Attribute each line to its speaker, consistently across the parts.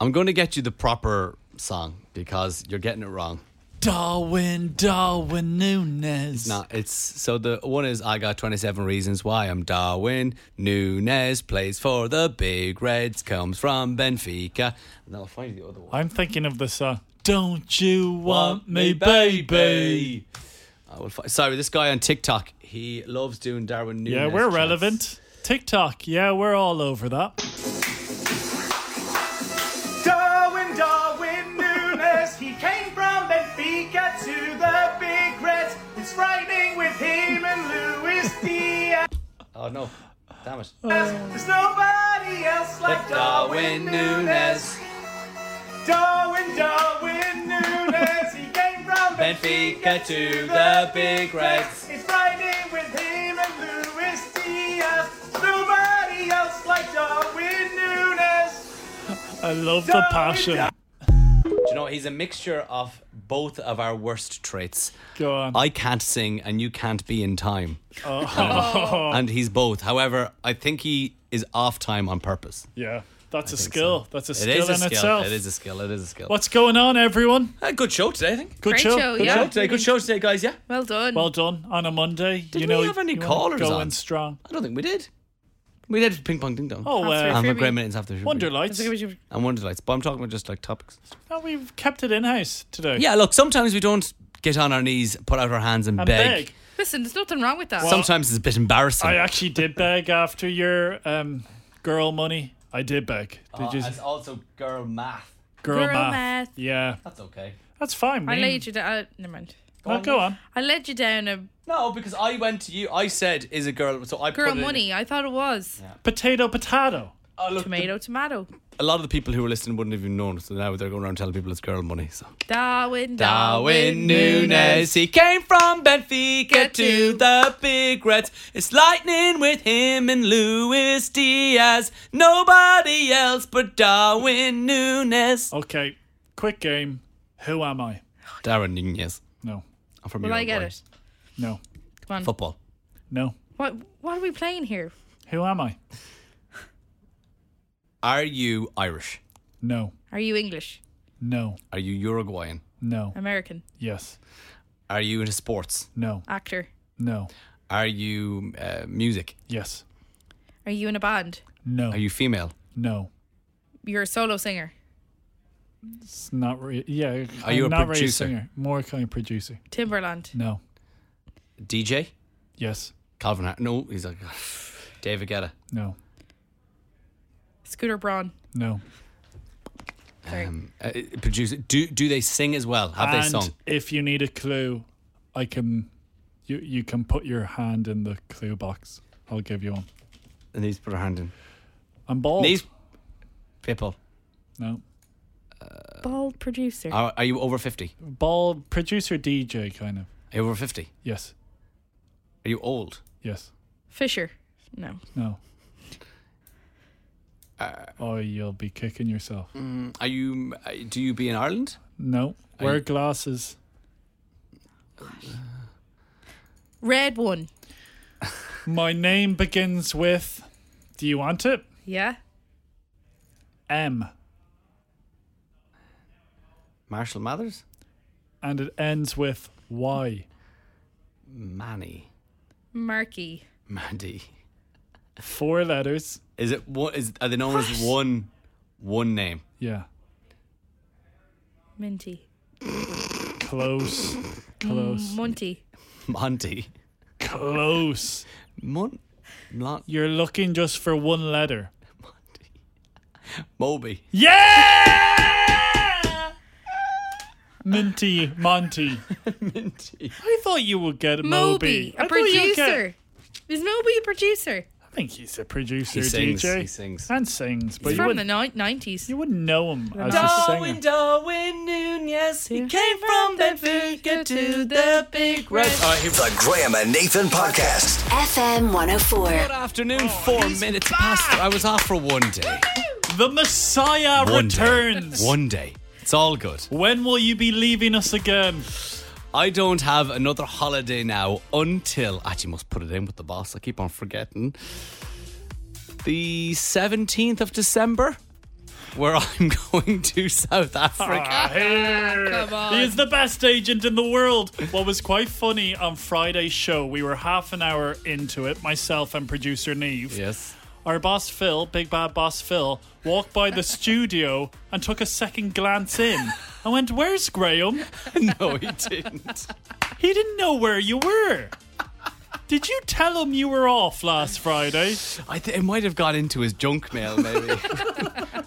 Speaker 1: I'm going to get you the proper song because you're getting it wrong.
Speaker 2: Darwin, Darwin Nunes.
Speaker 1: No, it's so the one is I got 27 reasons why I'm Darwin Nunes plays for the Big Reds comes from Benfica. And I'll find you the other one.
Speaker 2: I'm thinking of uh, the song. Don't you want me, baby?
Speaker 1: I will find, sorry, this guy on TikTok, he loves doing Darwin Nunes.
Speaker 2: Yeah, we're
Speaker 1: chants.
Speaker 2: relevant. TikTok, yeah, we're all over that.
Speaker 3: Darwin, Darwin Nunes, he came from Benfica to the Big Reds. It's frightening with him and Luis Diaz.
Speaker 1: Oh no. Damn it.
Speaker 3: There's nobody else like Darwin Nunes. Darwin, Darwin Nunes, he came from Benfica to the Big Reds. It's frightening with him and Luis Diaz. There's nobody else like Darwin Nunes.
Speaker 2: I love the passion.
Speaker 1: Do you know he's a mixture of both of our worst traits.
Speaker 2: Go on.
Speaker 1: I can't sing and you can't be in time.
Speaker 2: Oh.
Speaker 1: Uh, and he's both. However, I think he is off time on purpose.
Speaker 2: yeah, that's a skill. That's a
Speaker 1: It is
Speaker 2: skill in
Speaker 1: a skill.
Speaker 2: itself.
Speaker 1: It is a skill. It is a skill.
Speaker 2: What's going on, everyone?
Speaker 1: a Uh, good show today, I think.
Speaker 2: Good
Speaker 4: Great
Speaker 2: show.
Speaker 4: show,
Speaker 2: Good
Speaker 4: yeah.
Speaker 1: Show today. Good show today, guys. Yeah.
Speaker 4: Well done.
Speaker 2: Well done on a Monday. Did you
Speaker 1: we
Speaker 2: know,
Speaker 1: have any
Speaker 2: you wanna
Speaker 1: callers
Speaker 2: go
Speaker 1: on?
Speaker 2: in strong.
Speaker 1: I don't think we did. We did ping pong ding dong.
Speaker 2: Oh,
Speaker 4: That's
Speaker 2: uh,
Speaker 4: right.
Speaker 1: and for
Speaker 4: Ruby.
Speaker 1: great minutes after the show.
Speaker 2: Wonder Lights.
Speaker 4: That's a good-
Speaker 1: And Wonder Lights. But I'm talking about just like topics.
Speaker 2: No, Oh, we've kept it in house today.
Speaker 1: Yeah, look, sometimes we don't get on our knees, put out our hands and,
Speaker 2: And
Speaker 1: beg.
Speaker 2: beg.
Speaker 4: Listen, there's nothing wrong with that.
Speaker 1: Sometimes it's a bit embarrassing.
Speaker 2: I actually did beg after your um, girl money. I did beg.
Speaker 1: Oh,
Speaker 2: Did you
Speaker 1: also girl math.
Speaker 2: girl,
Speaker 4: Girl
Speaker 2: math.
Speaker 4: math.
Speaker 2: Yeah,
Speaker 1: That's okay.
Speaker 2: that's fine.
Speaker 4: I
Speaker 2: mean-
Speaker 4: laid you down. uh, Never mind.
Speaker 2: Well, go on.
Speaker 4: I led you down a
Speaker 1: No, because I went to you. I said, "Is a girl." So I put
Speaker 4: girl
Speaker 1: it in-
Speaker 4: money. I thought it was
Speaker 2: Potato, potato.
Speaker 1: Oh, look,
Speaker 4: tomato, tomato.
Speaker 1: A lot of the people who were listening wouldn't have even known. So now they're going around telling people it's girl money. So
Speaker 4: Darwin,
Speaker 1: Darwin Nunes, he came from Benfica to the Big Reds. It's lightning with him and Luis Diaz. Nobody else but Darwin Nunes.
Speaker 2: Okay, quick game. Who am I?
Speaker 1: Darwin Nunes.
Speaker 2: No,
Speaker 1: I'm from
Speaker 4: Well,
Speaker 1: Uruguay.
Speaker 4: I get it.
Speaker 2: no,
Speaker 4: Come on.
Speaker 1: Football.
Speaker 2: no.
Speaker 4: What What are we playing here?
Speaker 2: Who am I?
Speaker 1: Are you Irish?
Speaker 2: No,
Speaker 4: Are you English,
Speaker 2: no,
Speaker 1: Are you Uruguayan?
Speaker 2: no.
Speaker 4: American,
Speaker 2: Yes,
Speaker 1: Are you into sports?
Speaker 2: no,
Speaker 4: actor?
Speaker 2: no,
Speaker 1: Are you uh, music?
Speaker 2: yes,
Speaker 4: Are you in a band?
Speaker 2: no,
Speaker 1: Are you female?
Speaker 2: no.
Speaker 4: You're a solo singer.
Speaker 2: It's not. Re- yeah.
Speaker 1: Are you
Speaker 2: I'm
Speaker 1: a
Speaker 2: not really
Speaker 1: producer?
Speaker 2: singer. More kind of producer.
Speaker 4: Timberland.
Speaker 2: No.
Speaker 1: DJ?
Speaker 2: Yes.
Speaker 1: Calvin Har- No, he's like David Guetta.
Speaker 2: No.
Speaker 4: Scooter Braun.
Speaker 2: No.
Speaker 4: Sorry.
Speaker 1: Um, uh, producer. Do do they sing as well? Have they
Speaker 2: and
Speaker 1: sung?
Speaker 2: if you need a clue, I can. You you can put your hand in the clue box. I'll give you one.
Speaker 1: And he's put her hand in.
Speaker 2: I'm bald.
Speaker 1: These people.
Speaker 2: No.
Speaker 4: Bald producer.
Speaker 1: Are, are you over fifty?
Speaker 2: Bald producer DJ kind of.
Speaker 1: Are you over fifty?
Speaker 2: Yes.
Speaker 1: Are you old?
Speaker 2: Yes.
Speaker 4: Fisher. No.
Speaker 2: No.
Speaker 1: Uh,
Speaker 2: oh, you'll be kicking yourself.
Speaker 1: Are you? uh, Do you be in Ireland?
Speaker 2: No. Wear
Speaker 1: you-
Speaker 2: glasses.
Speaker 4: Red one.
Speaker 2: My name begins with. Do you want it?
Speaker 4: Yeah.
Speaker 2: M.
Speaker 1: Marshall Mathers.
Speaker 2: And it ends with Y.
Speaker 1: Manny.
Speaker 4: Marky.
Speaker 1: Mandy.
Speaker 2: Four letters.
Speaker 1: Is it what is? Are they known as one? One name.
Speaker 2: Yeah.
Speaker 4: Minty.
Speaker 2: Close. Close.
Speaker 4: Munty.
Speaker 1: Monty.
Speaker 2: Close.
Speaker 1: Mon. Not
Speaker 2: You're looking just for one letter.
Speaker 1: Moby.
Speaker 2: Yeah! Minty Monty.
Speaker 1: Minty.
Speaker 2: I thought you would get Moby.
Speaker 4: Moby. A
Speaker 2: I thought you'd get-
Speaker 4: producer. Is Moby a producer?
Speaker 2: I think he's a producer,
Speaker 1: He sings.
Speaker 2: DJ.
Speaker 1: He sings.
Speaker 2: And sings. But
Speaker 1: Oh,
Speaker 4: He's
Speaker 2: you
Speaker 4: from
Speaker 2: wouldn't,
Speaker 4: the ni- 90s.
Speaker 2: you wouldn't know him as a
Speaker 1: Darwin,
Speaker 2: singer.
Speaker 1: Darwin Nunez, he came from Benfica to the Big Red. All right, Oh, here we go.
Speaker 5: The Graham and Nathan Podcast.
Speaker 6: FM 104.
Speaker 1: Good afternoon, Four minutes past. I was off for one day.
Speaker 2: The Messiah
Speaker 1: One
Speaker 2: returns.
Speaker 1: Day. One day. It's all good.
Speaker 2: When will you be leaving us again?
Speaker 1: I don't have another holiday now until. Actually, must put it in with the boss. I keep on forgetting. The 17th of December. where I'm going to South Africa.
Speaker 4: Come on.
Speaker 2: Ah, He is the best agent in the world. What was quite funny on Friday's show, we were half an hour into it, myself and producer Neve.
Speaker 1: Yes.
Speaker 2: Our boss Phil, big bad boss Phil, walked by the studio and took a second glance in. I went, Where's Graham?
Speaker 1: No, he didn't.
Speaker 2: He didn't know where you were. Did you tell him you were off last Friday?
Speaker 1: I th- it might have gone into his junk mail, maybe.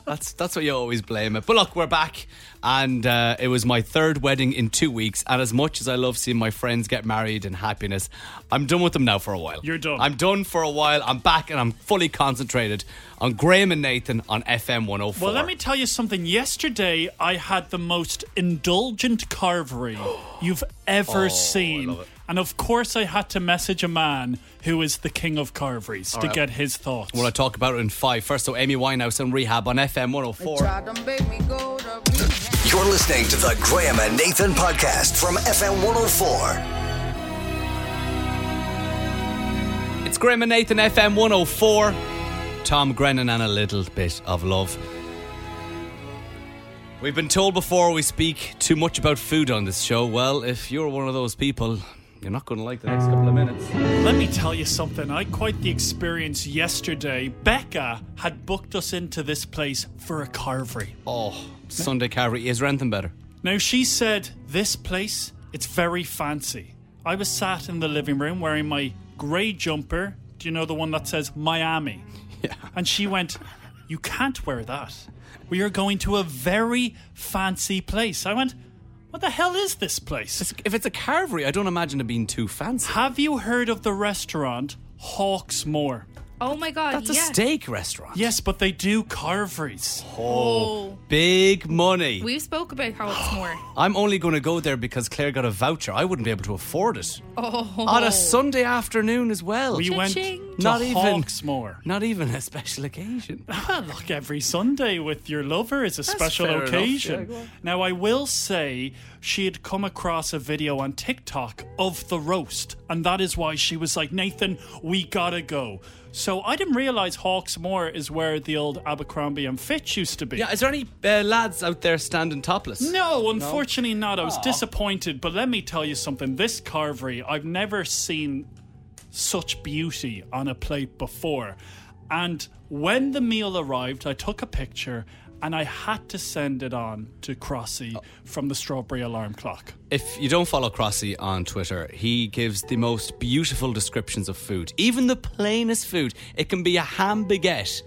Speaker 1: that's that's what you always blame it. But look, we're back, and uh, it was my third wedding in two weeks. And as much as I love seeing my friends get married in happiness, I'm done with them now for a while.
Speaker 2: You're done.
Speaker 1: I'm done for a while. I'm back, and I'm fully concentrated on Graham and Nathan on FM 104.
Speaker 2: Well, let me tell you something. Yesterday, I had the most indulgent carvery you've ever seen. And of course, I had to message a man who is the king of carveries to get his thoughts.
Speaker 1: Well, I talk about it in five. First, so Amy Winehouse and Rehab on FM 104.
Speaker 5: You're listening to the Graham and Nathan podcast from FM 104.
Speaker 1: It's Graham and Nathan FM 104. Tom Grennan and a little bit of love. We've been told before we speak too much about food on this show. Well, if you're one of those people, you're not going to like the next couple of minutes.
Speaker 2: Let me tell you something. I had quite the experience yesterday. Becca had booked us into this place for a carvery.
Speaker 1: Oh, Sunday Carvery is renting better.
Speaker 2: Now she said, "This place, it's very fancy." I was sat in the living room wearing my grey jumper. Do you know the one that says Miami? Yeah. And she went, "You can't wear that. We are going to a very fancy place." I went, "What the hell is this place?
Speaker 1: If it's a Carvery, I don't imagine it being too fancy.
Speaker 2: Have you heard of the restaurant Hawksmoor?"
Speaker 4: oh my god.
Speaker 1: That's a
Speaker 4: yes.
Speaker 1: steak restaurant.
Speaker 2: Yes, but they do carveries.
Speaker 4: Oh.
Speaker 1: Big money.
Speaker 4: We spoke about how it's more.
Speaker 1: I'm only going to go there because Claire got a voucher. I wouldn't be able to afford it.
Speaker 4: Oh.
Speaker 1: On a Sunday afternoon as well.
Speaker 2: We went to
Speaker 4: Cha-ching.
Speaker 1: Not even-
Speaker 2: Hawksmoor.
Speaker 1: Not even a special occasion.
Speaker 2: Well, look, every Sunday with your lover is a special
Speaker 1: fair enough. Yeah,
Speaker 2: occasion.
Speaker 1: go on.
Speaker 2: now, I will say she had come across a video on TikTok of the roast, and that is why she was like, Nathan, we gotta go. So I didn't realize Hawksmoor is where the old Abercrombie and Fitch used to be.
Speaker 1: Yeah, is there any uh, lads out there standing topless?
Speaker 2: no, unfortunately not. I was disappointed, but let me tell you something. This carvery, I've never seen such beauty on a plate before. And when the meal arrived, I took a picture and I had to send it on to Crossy from the Strawberry Alarm Clock.
Speaker 1: If you don't follow Crossy on Twitter, he gives the most beautiful descriptions of food. Even the plainest food. It can be a ham baguette,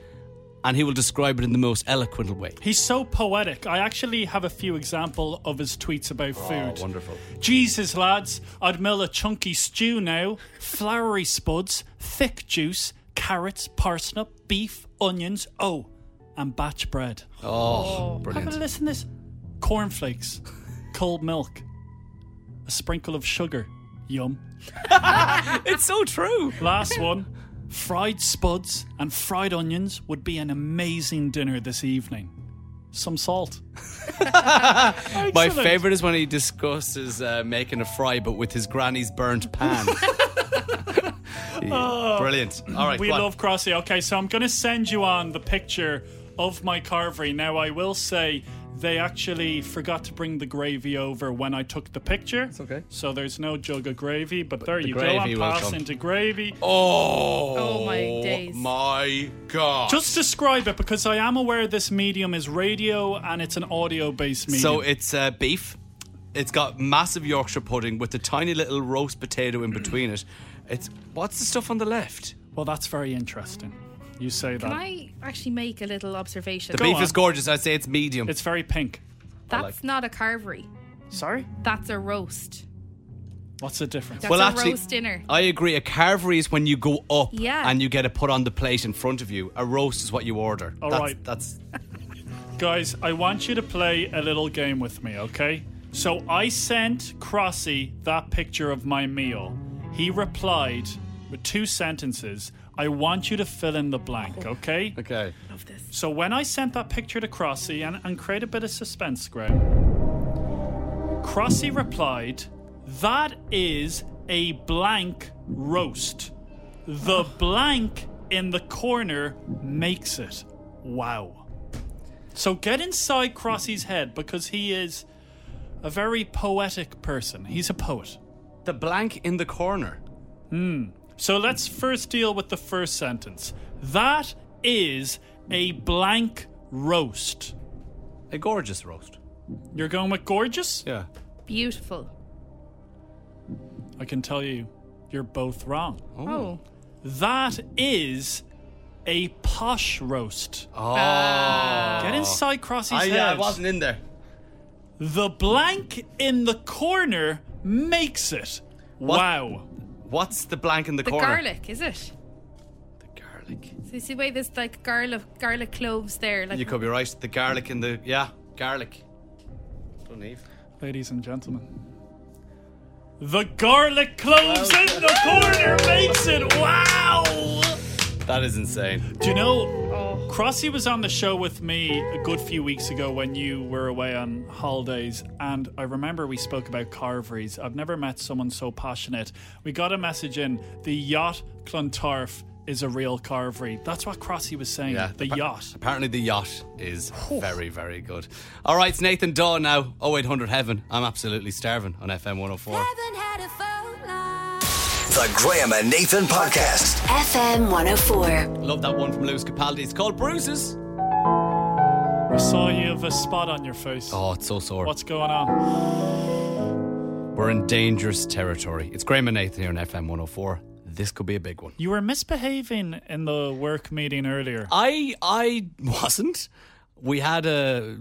Speaker 1: and he will describe it in the most eloquent way.
Speaker 2: He's so poetic. I actually have a few example of his tweets about food.
Speaker 1: wonderful.
Speaker 2: Jesus, lads, I'd mill a chunky stew now. Flowery spuds, thick juice, carrots, parsnip, beef, onions. Oh, and batch bread.
Speaker 1: Oh,
Speaker 2: Have a
Speaker 1: brilliant.
Speaker 2: listen to this. Cornflakes, cold milk, a sprinkle of sugar. Yum.
Speaker 1: It's so true.
Speaker 2: Last one. Fried spuds and fried onions would be an amazing dinner this evening. Some salt.
Speaker 1: My
Speaker 2: Excellent.
Speaker 1: favourite is when he discusses uh, making a fry, but with his granny's burnt pan. Yeah, Brilliant. All right,
Speaker 2: We
Speaker 1: go on.
Speaker 2: love Crossy. Okay, so I'm going to send you on the picture of my carvery. Now, I will say they actually forgot to bring the gravy over when I took the picture. It's
Speaker 1: okay.
Speaker 2: So there's no jug of gravy, but, there
Speaker 1: the
Speaker 2: you go.
Speaker 1: gravy
Speaker 2: I'm
Speaker 1: will
Speaker 2: passing
Speaker 1: come.
Speaker 2: to gravy.
Speaker 1: Oh,
Speaker 4: Oh, my days.
Speaker 1: My God.
Speaker 2: Just describe it because I am aware this medium is radio and it's an audio based medium.
Speaker 1: So it's uh, beef. It's got massive Yorkshire pudding with a tiny little roast potato in between it. It's what's the stuff on the left?
Speaker 2: well, that's very interesting. You say that.
Speaker 4: Can I actually make a little observation?
Speaker 1: The beef
Speaker 2: on.
Speaker 1: is gorgeous. I'd say it's medium.
Speaker 2: It's very pink.
Speaker 4: That's
Speaker 1: like-
Speaker 4: not a carvery.
Speaker 2: Sorry?
Speaker 4: That's a roast.
Speaker 2: What's the difference?
Speaker 4: That's
Speaker 1: Well,
Speaker 4: a
Speaker 1: actually-
Speaker 4: roast dinner.
Speaker 1: I agree. A carvery is when you go up
Speaker 4: Yeah.
Speaker 1: and you get it put on the plate in front of you. A roast is what you order.
Speaker 2: All
Speaker 1: that's,
Speaker 2: right.
Speaker 1: That's
Speaker 2: Guys, I want you to play a little game with me, okay? So I sent Crossy that picture of my meal. He replied with two sentences. I want you to fill in the blank, okay?
Speaker 1: okay.
Speaker 2: So when I sent that picture to Crossy and, and create a bit of suspense, Graham, Crossy replied, That is a blank roast. The blank in the corner makes it. Wow. So get inside Crossy's head because he is a very poetic person. He's a poet.
Speaker 1: The blank in the corner.
Speaker 2: So let's first deal with the first sentence. That is a blank roast.
Speaker 1: A gorgeous roast.
Speaker 2: You're going with gorgeous?
Speaker 1: Yeah.
Speaker 4: Beautiful.
Speaker 2: I can tell you, you're both wrong.
Speaker 4: Oh.
Speaker 2: That is a posh roast.
Speaker 1: Oh.
Speaker 4: Ah.
Speaker 2: Get inside Crossy's
Speaker 1: Ah. I,
Speaker 2: head.
Speaker 1: yeah, I wasn't in there.
Speaker 2: The blank in the corner makes it. Wow.
Speaker 1: What's the blank in the,
Speaker 4: The
Speaker 1: corner?
Speaker 4: garlic, is it?
Speaker 1: The garlic.
Speaker 4: So you see the way there's like garlic garlic cloves there, like
Speaker 1: You could be right. The garlic in the yeah, garlic. Don't need.
Speaker 2: Ladies and gentlemen. The garlic cloves in the corner makes it. Wow.
Speaker 1: That is insane.
Speaker 2: Do you know, Crossy was on the show with me a good few weeks ago when you were away on holidays, and I remember we spoke about carveries. I've never met someone so passionate. We got a message in the yacht Clontarf is a real carvery. That's what Crossy was saying.
Speaker 1: Yeah,
Speaker 2: the
Speaker 1: appa-
Speaker 2: yacht.
Speaker 1: Apparently, the yacht is very, very good. All right, it's Nathan Daw now. 0800 Heaven. I'm absolutely starving on FM 104.
Speaker 5: The Graham and Nathan Podcast.
Speaker 6: FM 104.
Speaker 1: Love that one from Lewis Capaldi. It's called Bruises.
Speaker 2: I saw you have a spot on your face.
Speaker 1: Oh, it's so sore.
Speaker 2: What's going on?
Speaker 1: We're in dangerous territory. It's Graham and Nathan here on FM 104. This could be a big one.
Speaker 2: You were misbehaving in the work meeting earlier.
Speaker 1: I I wasn't. We had a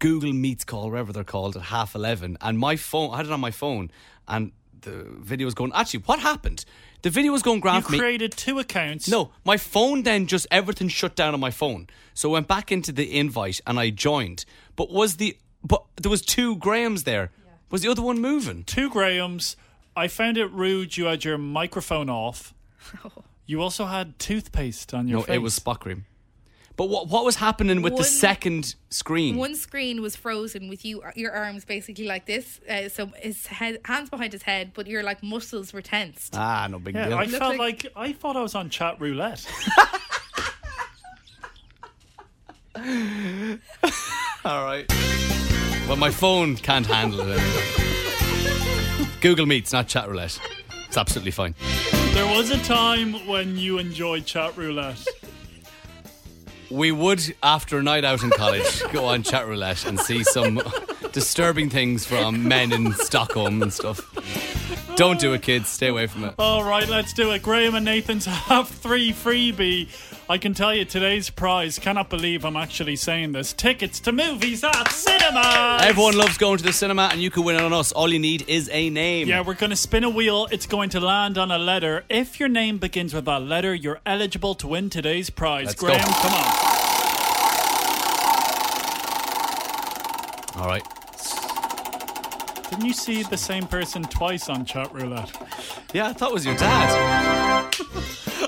Speaker 1: Google Meets call, whatever they're called, at half eleven, and my phone. I had it on my phone, and the video was going. Actually, what happened? The video was going
Speaker 2: You
Speaker 1: grand for Uh, me.
Speaker 2: created two accounts.
Speaker 1: No, my phone then just everything shut down on my phone. So I went back into the invite and I joined. But was the but there was two Grahams there. Was the other one moving?
Speaker 2: two grams. I found it rude you had your microphone off. You also had toothpaste on your
Speaker 1: No,
Speaker 2: face.
Speaker 1: it was spot cream. But what what was happening with the
Speaker 4: One-
Speaker 1: second screen?
Speaker 4: one screen was frozen with you your arms basically like this. Uh, so his head, hands behind his head, but your like muscles were tensed.
Speaker 1: ah, no big
Speaker 2: Yeah,
Speaker 1: deal.
Speaker 2: I
Speaker 4: Looked
Speaker 2: felt like...
Speaker 4: like-
Speaker 2: I thought I was on chat roulette.
Speaker 1: All right. Well, my phone can't handle it. Anymore. Google Meets, not chat roulette. It's absolutely fine.
Speaker 2: there was a time when you enjoyed chat roulette.
Speaker 1: We would, after a night out in college, go on chat roulette and see some disturbing things from men in Stockholm and stuff. Don't do it, kids. Stay away from it.
Speaker 2: All right, let's do it. Graham and Nathan's have three freebie. I can tell you today's prize. Cannot believe I'm actually saying this. Tickets to movies at cinema.
Speaker 1: Everyone loves going to the cinema, and you can win on us. All you need is a name.
Speaker 2: Yeah, we're going to spin a wheel. It's going to land on a letter. If your name begins with that letter, you're eligible to win today's prize.
Speaker 1: Let's
Speaker 2: Graham,
Speaker 1: go.
Speaker 2: come on.
Speaker 1: All right.
Speaker 2: Didn't you see the same person twice on chat roulette?
Speaker 1: Yeah, I thought it was your dad.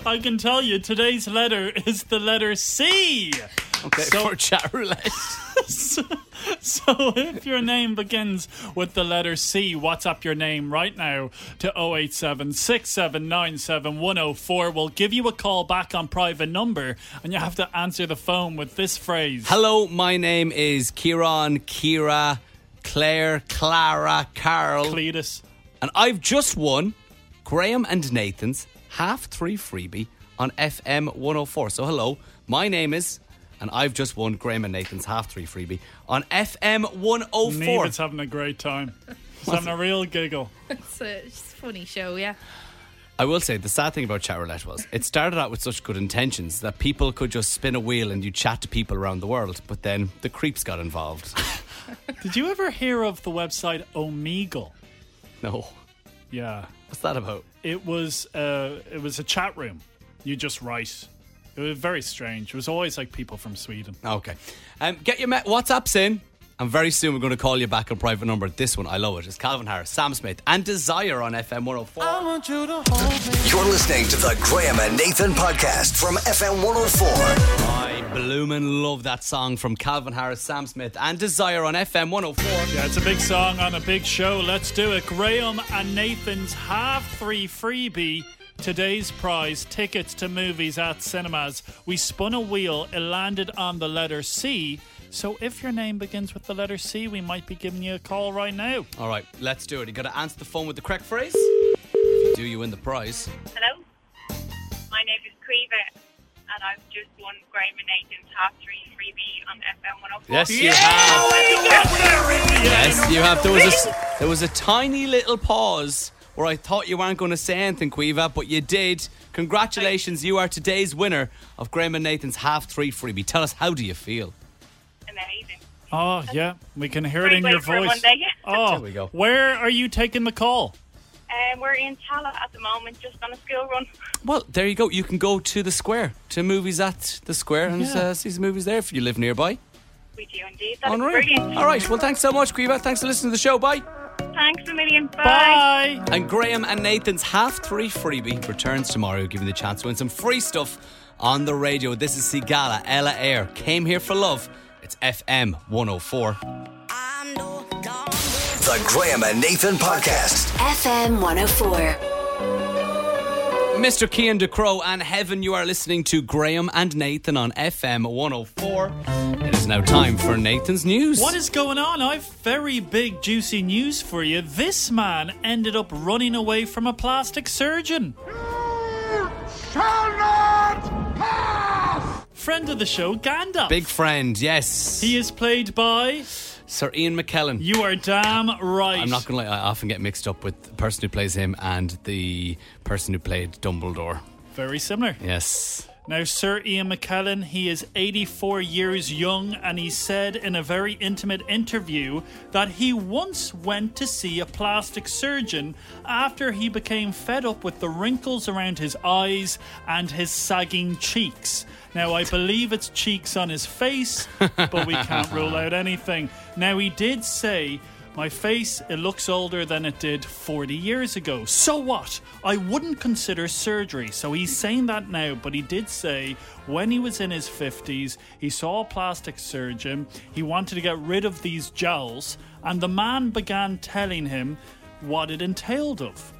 Speaker 2: I can tell you today's letter is the letter C.
Speaker 1: Okay,
Speaker 2: So-
Speaker 1: for chat roulette.
Speaker 2: So if your name begins with the letter C, WhatsApp your name right now to 087 We'll give you a call back on private number and you have to answer the phone with this phrase.
Speaker 1: Hello, my name is Kieran, Kira, Claire, Clara, Carl.
Speaker 2: Cletus.
Speaker 1: And I've just won Graham and Nathan's half three freebie on FM 104. So, hello, my name is, and I've just won Graham and Nathan's half three freebie on FM 104.
Speaker 2: Neve is having a great time. He's having a real giggle.
Speaker 4: It's a, it's a funny show, yeah.
Speaker 1: I will say the sad thing about chat roulette was it started out with such good intentions that people could just spin a wheel and you chat to people around the world, but then the creeps got involved.
Speaker 2: Did you ever hear of the website Omegle?
Speaker 1: no.
Speaker 2: Yeah.
Speaker 1: What's that about?
Speaker 2: It was uh, it was a chat room. You just write. It was very strange. It was always like people from Sweden.
Speaker 1: Okay. Um, get your me- WhatsApps in. And very soon we're going to call you back on private number. This one, I love it. It's Calvin Harris, Sam Smith, and Desire on FM 104.
Speaker 5: You're listening to the Graham and Nathan Podcast from FM 104.
Speaker 1: I bloomin' love that song from Calvin Harris, Sam Smith, and Desire on FM 104.
Speaker 2: Yeah, it's a big song on a big show. Let's do it. Graham and Nathan's half three freebie. Today's prize tickets to movies at cinemas. We spun a wheel, it landed on the letter C. So if your name begins with the letter C, we might be giving you a call right now.
Speaker 1: All right, let's do it. You got to answer the phone with the correct phrase. If you do, you win the prize.
Speaker 7: Hello, my name is Creever, and I've just won Graham and Nathan's Half 3 freebie on FM 104.
Speaker 1: Yes, you have. Yes, you have. There was a s- there was a tiny little pause where I thought you weren't going to say anything, Quiva, but you did. Congratulations, you are today's winner of Graham and Nathan's half three freebie. Tell us how do you feel?
Speaker 7: Amazing.
Speaker 2: Oh, yeah. We can hear it in
Speaker 7: Wait,
Speaker 2: your
Speaker 7: wait for
Speaker 2: voice.
Speaker 7: Monday.
Speaker 2: Oh,
Speaker 1: There we go.
Speaker 2: Where are you taking the call?
Speaker 7: Um, we're in Tala at the moment, just on a school run.
Speaker 1: Well, there you go. You can go to the square, to movies at the square, and
Speaker 2: Yeah.
Speaker 1: uh, see some movies there if you live nearby.
Speaker 7: We do indeed. That's
Speaker 1: Unreal.
Speaker 7: brilliant.
Speaker 1: All right. Well, thanks so much, Quiva. Thanks for listening to the show. Bye.
Speaker 7: Thanks a million.
Speaker 2: Bye.
Speaker 1: And Graham and Nathan's half three freebie returns tomorrow, giving you the chance to win some free stuff on the radio. This is Sigala, Ella Air, came here for love. It's FM 104.
Speaker 5: The Graham and Nathan Podcast.
Speaker 6: FM 104.
Speaker 1: Mr. Kean De Crow and Heaven, you are listening to Graham and Nathan on FM 104. It is now time for Nathan's news.
Speaker 2: What is going on? I've very big, juicy news for you. This man ended up running away from a plastic surgeon. Friend of the show, Gandalf.
Speaker 1: Big friend, yes.
Speaker 2: He is played by.
Speaker 1: Sir Ian McKellen.
Speaker 2: You are damn right.
Speaker 1: I'm not going to lie, I often get mixed up with the person who plays him and the person who played Dumbledore.
Speaker 2: Very similar.
Speaker 1: Yes.
Speaker 2: Now, Sir Ian McKellen, he is 84 years young, and he said in a very intimate interview that he once went to see a plastic surgeon after he became fed up with the wrinkles around his eyes and his sagging cheeks. Now, I believe it's cheeks on his face, but we can't rule out anything. Now, he did say my face, it looks older than it did 40 years ago. So what? I wouldn't consider surgery. So he's saying that now, but he did say when he was in his 50s, he saw a plastic surgeon. He wanted to get rid of these jowls, and the man began telling him what it entailed of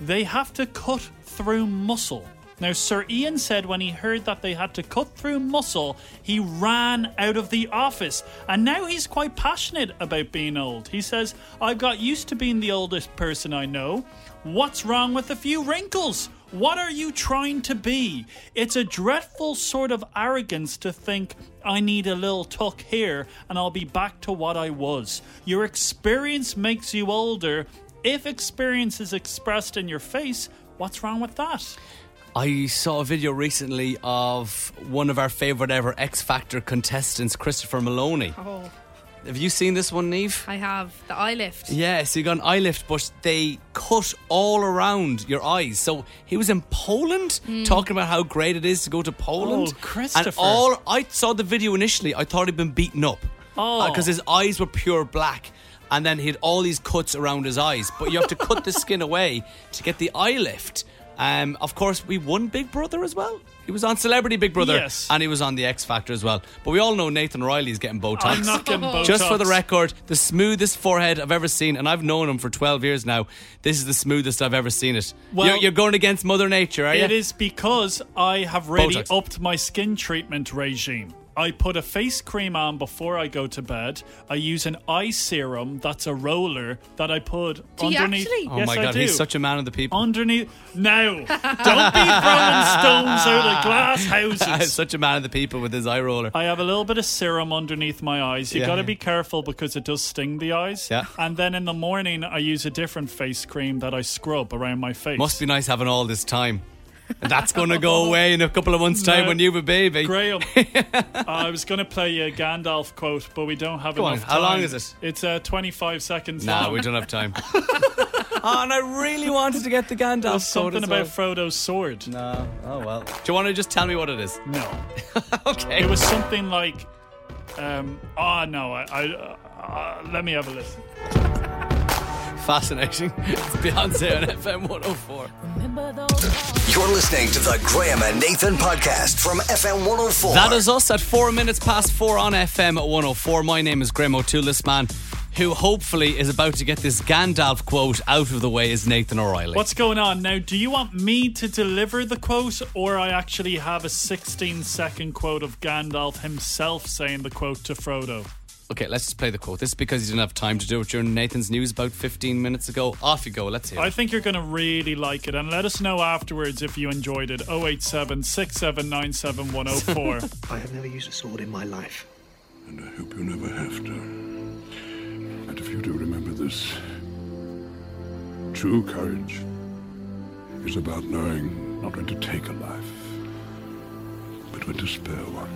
Speaker 2: they have to cut through muscle. Now, Sir Ian said when he heard that they had to cut through muscle, he ran out of the office. And now he's quite passionate about being old. He says, I got used to being the oldest person I know. What's wrong with a few wrinkles? What are you trying to be? It's a dreadful sort of arrogance to think I need a little tuck here and I'll be back to what I was. Your experience makes you older. If experience is expressed in your face, what's wrong with that?
Speaker 1: I saw a video recently of one of our favourite ever X Factor contestants, Christopher Maloney.
Speaker 4: Oh,
Speaker 1: Have you seen this one, Neve?
Speaker 4: I have the eye lift.
Speaker 1: Yeah, so you got an eye lift, but they cut all around your eyes. So he was in Poland talking about how great it is to go to Poland.
Speaker 2: Hmm. Oh, Christopher.
Speaker 1: And all I saw the video initially, I thought he'd been beaten up.
Speaker 2: Oh.
Speaker 1: Because his eyes were pure black. And then he had all these cuts around his eyes. But you have to cut the skin away to get the eye lift. Um, of course, we won Big Brother as well. He was on Celebrity Big Brother.
Speaker 2: Yes.
Speaker 1: And he was on The X Factor as well. But we all know Nathan Riley's getting Botox.
Speaker 2: I'm not getting Botox.
Speaker 1: Just for the record, the smoothest forehead I've ever seen, and I've known him for 12 years now. This is the smoothest I've ever seen it.
Speaker 2: Well-
Speaker 1: you're, you're going against Mother Nature, are you?
Speaker 2: It is because I have really
Speaker 1: Botox.
Speaker 2: upped my skin treatment regime. I put a face cream on before I go to bed. I use an eye serum that's a roller that I put
Speaker 4: Do you
Speaker 2: underneath.
Speaker 4: actually?
Speaker 1: Oh
Speaker 2: yes,
Speaker 1: my
Speaker 2: I
Speaker 1: God,
Speaker 2: do.
Speaker 1: he's such a man of the people.
Speaker 2: underneath. No, don't be throwing stones out of glass
Speaker 1: He's
Speaker 2: houses.
Speaker 1: such a man of the people with his eye roller.
Speaker 2: I have a little bit of serum underneath my eyes. You
Speaker 1: Yeah,
Speaker 2: got to
Speaker 1: yeah.
Speaker 2: be careful because it does sting the eyes.
Speaker 1: Yeah.
Speaker 2: And then in the morning, I use a different face cream that I scrub around my face.
Speaker 1: Must be nice having all this time. And that's going to go away in a couple of months' time
Speaker 2: No.
Speaker 1: when you have a baby.
Speaker 2: Graham, I was going to play you a Gandalf quote, but we don't have
Speaker 1: Go on,
Speaker 2: enough
Speaker 1: how
Speaker 2: time.
Speaker 1: long is it?
Speaker 2: It's uh, 25 seconds
Speaker 1: Nah,
Speaker 2: long.
Speaker 1: we don't have time. oh, and I really wanted to get the Gandalf
Speaker 2: There's
Speaker 1: sword
Speaker 2: something
Speaker 1: as
Speaker 2: about Frodo's sword. No.
Speaker 1: well. Oh, well. Do you want to just tell me what it is? okay.
Speaker 2: It was something like, um, oh, no, I, I, uh, let me have a listen.
Speaker 1: fascinating. It's Beyonce on FM 104.
Speaker 5: You're listening to the Graham and Nathan Podcast from FM 104.
Speaker 1: That is us at four minutes past four on FM 104. My name is Graham O'Toole, this man who hopefully is about to get this Gandalf quote out of the way, is Nathan O'Reilly.
Speaker 2: What's going on now? Do you want me to deliver the quote, or I actually have a 16 second quote of Gandalf himself saying the quote to Frodo?
Speaker 1: Okay, let's just play the quote. This is because you didn't have time to do it during Nathan's news about 15 minutes ago. Off you go. Let's hear
Speaker 2: I
Speaker 1: it.
Speaker 2: think you're going to really like it, and let us know afterwards if you enjoyed it. 087 679 7104.
Speaker 8: I have never used a sword in my life.
Speaker 9: And I hope you never have to. But if you do remember this, true courage is about knowing not when to take a life, but when to spare one.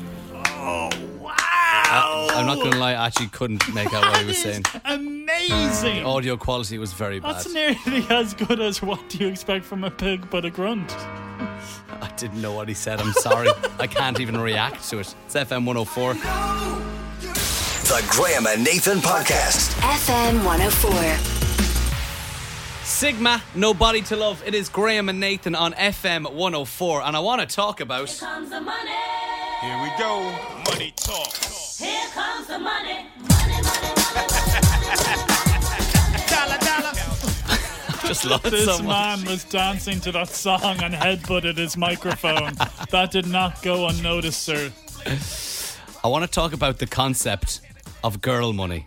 Speaker 1: I'm not going to lie, I actually couldn't make out what he was saying.
Speaker 2: Amazing!
Speaker 1: Audio quality was very bad.
Speaker 2: That's nearly as good as what do you expect from a pig but a grunt.
Speaker 1: I didn't know what he said. I'm sorry. I can't even react to it. It's FM 104.
Speaker 5: The Graham and Nathan Podcast.
Speaker 6: FM 104.
Speaker 1: Sigma, Nobody to Love. It is Graham and Nathan on FM 104, and I want to talk about.
Speaker 10: Here we go. Money talk.
Speaker 1: Just love it
Speaker 2: This
Speaker 1: so much.
Speaker 2: man was dancing to that song and headbutted his microphone. that did not go unnoticed, sir.
Speaker 1: I want to talk about the concept of girl money,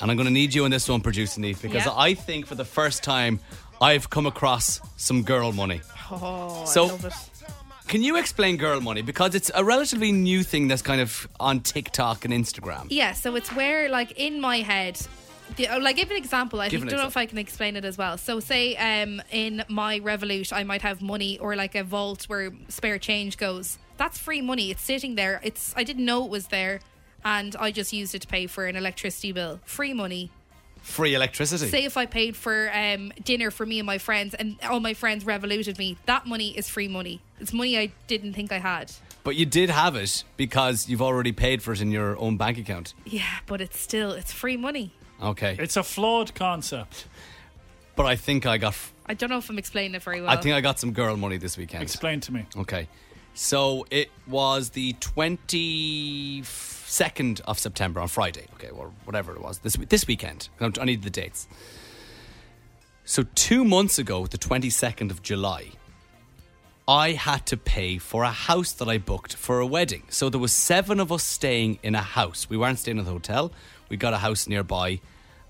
Speaker 1: and I'm going to need you on this one, producer Neve, because
Speaker 4: Yeah.
Speaker 1: I think for the first time I've come across some girl money.
Speaker 4: Oh,
Speaker 1: So-
Speaker 4: I love it.
Speaker 1: Can you explain girl money? Because it's a relatively new thing that's kind of on TikTok and Instagram.
Speaker 4: Yeah, so it's where, like, in my head, the, oh, like, give an example. I
Speaker 1: Give
Speaker 4: think,
Speaker 1: an
Speaker 4: don't know if I can explain it as well. So, say, um, in my Revolut, I might have money or like a vault where spare change goes. That's free money. It's sitting there. It's I didn't know it was there, and I just used it to pay for an electricity bill. Free money.
Speaker 1: Free electricity.
Speaker 4: Say if I paid for um, dinner for me and my friends, and all my friends revoluted me. That money is free money. It's money I didn't think I had.
Speaker 1: But you did have it because you've already paid for it in your own bank account.
Speaker 4: Yeah, but it's still it's free money.
Speaker 1: Okay.
Speaker 2: It's a flawed concept.
Speaker 1: but I think I got. f-
Speaker 4: I don't know if I'm explaining it very well.
Speaker 1: I think I got some girl money this weekend.
Speaker 2: Explain to me.
Speaker 1: Okay. So it was the 22nd of September on Friday. Okay, or whatever it was. This this weekend. I I need the dates. So 2 months ago, the 22nd of July, I had to pay for a house that I booked for a wedding. So there was 7 of us staying in a house. We weren't staying at the hotel. We got a house nearby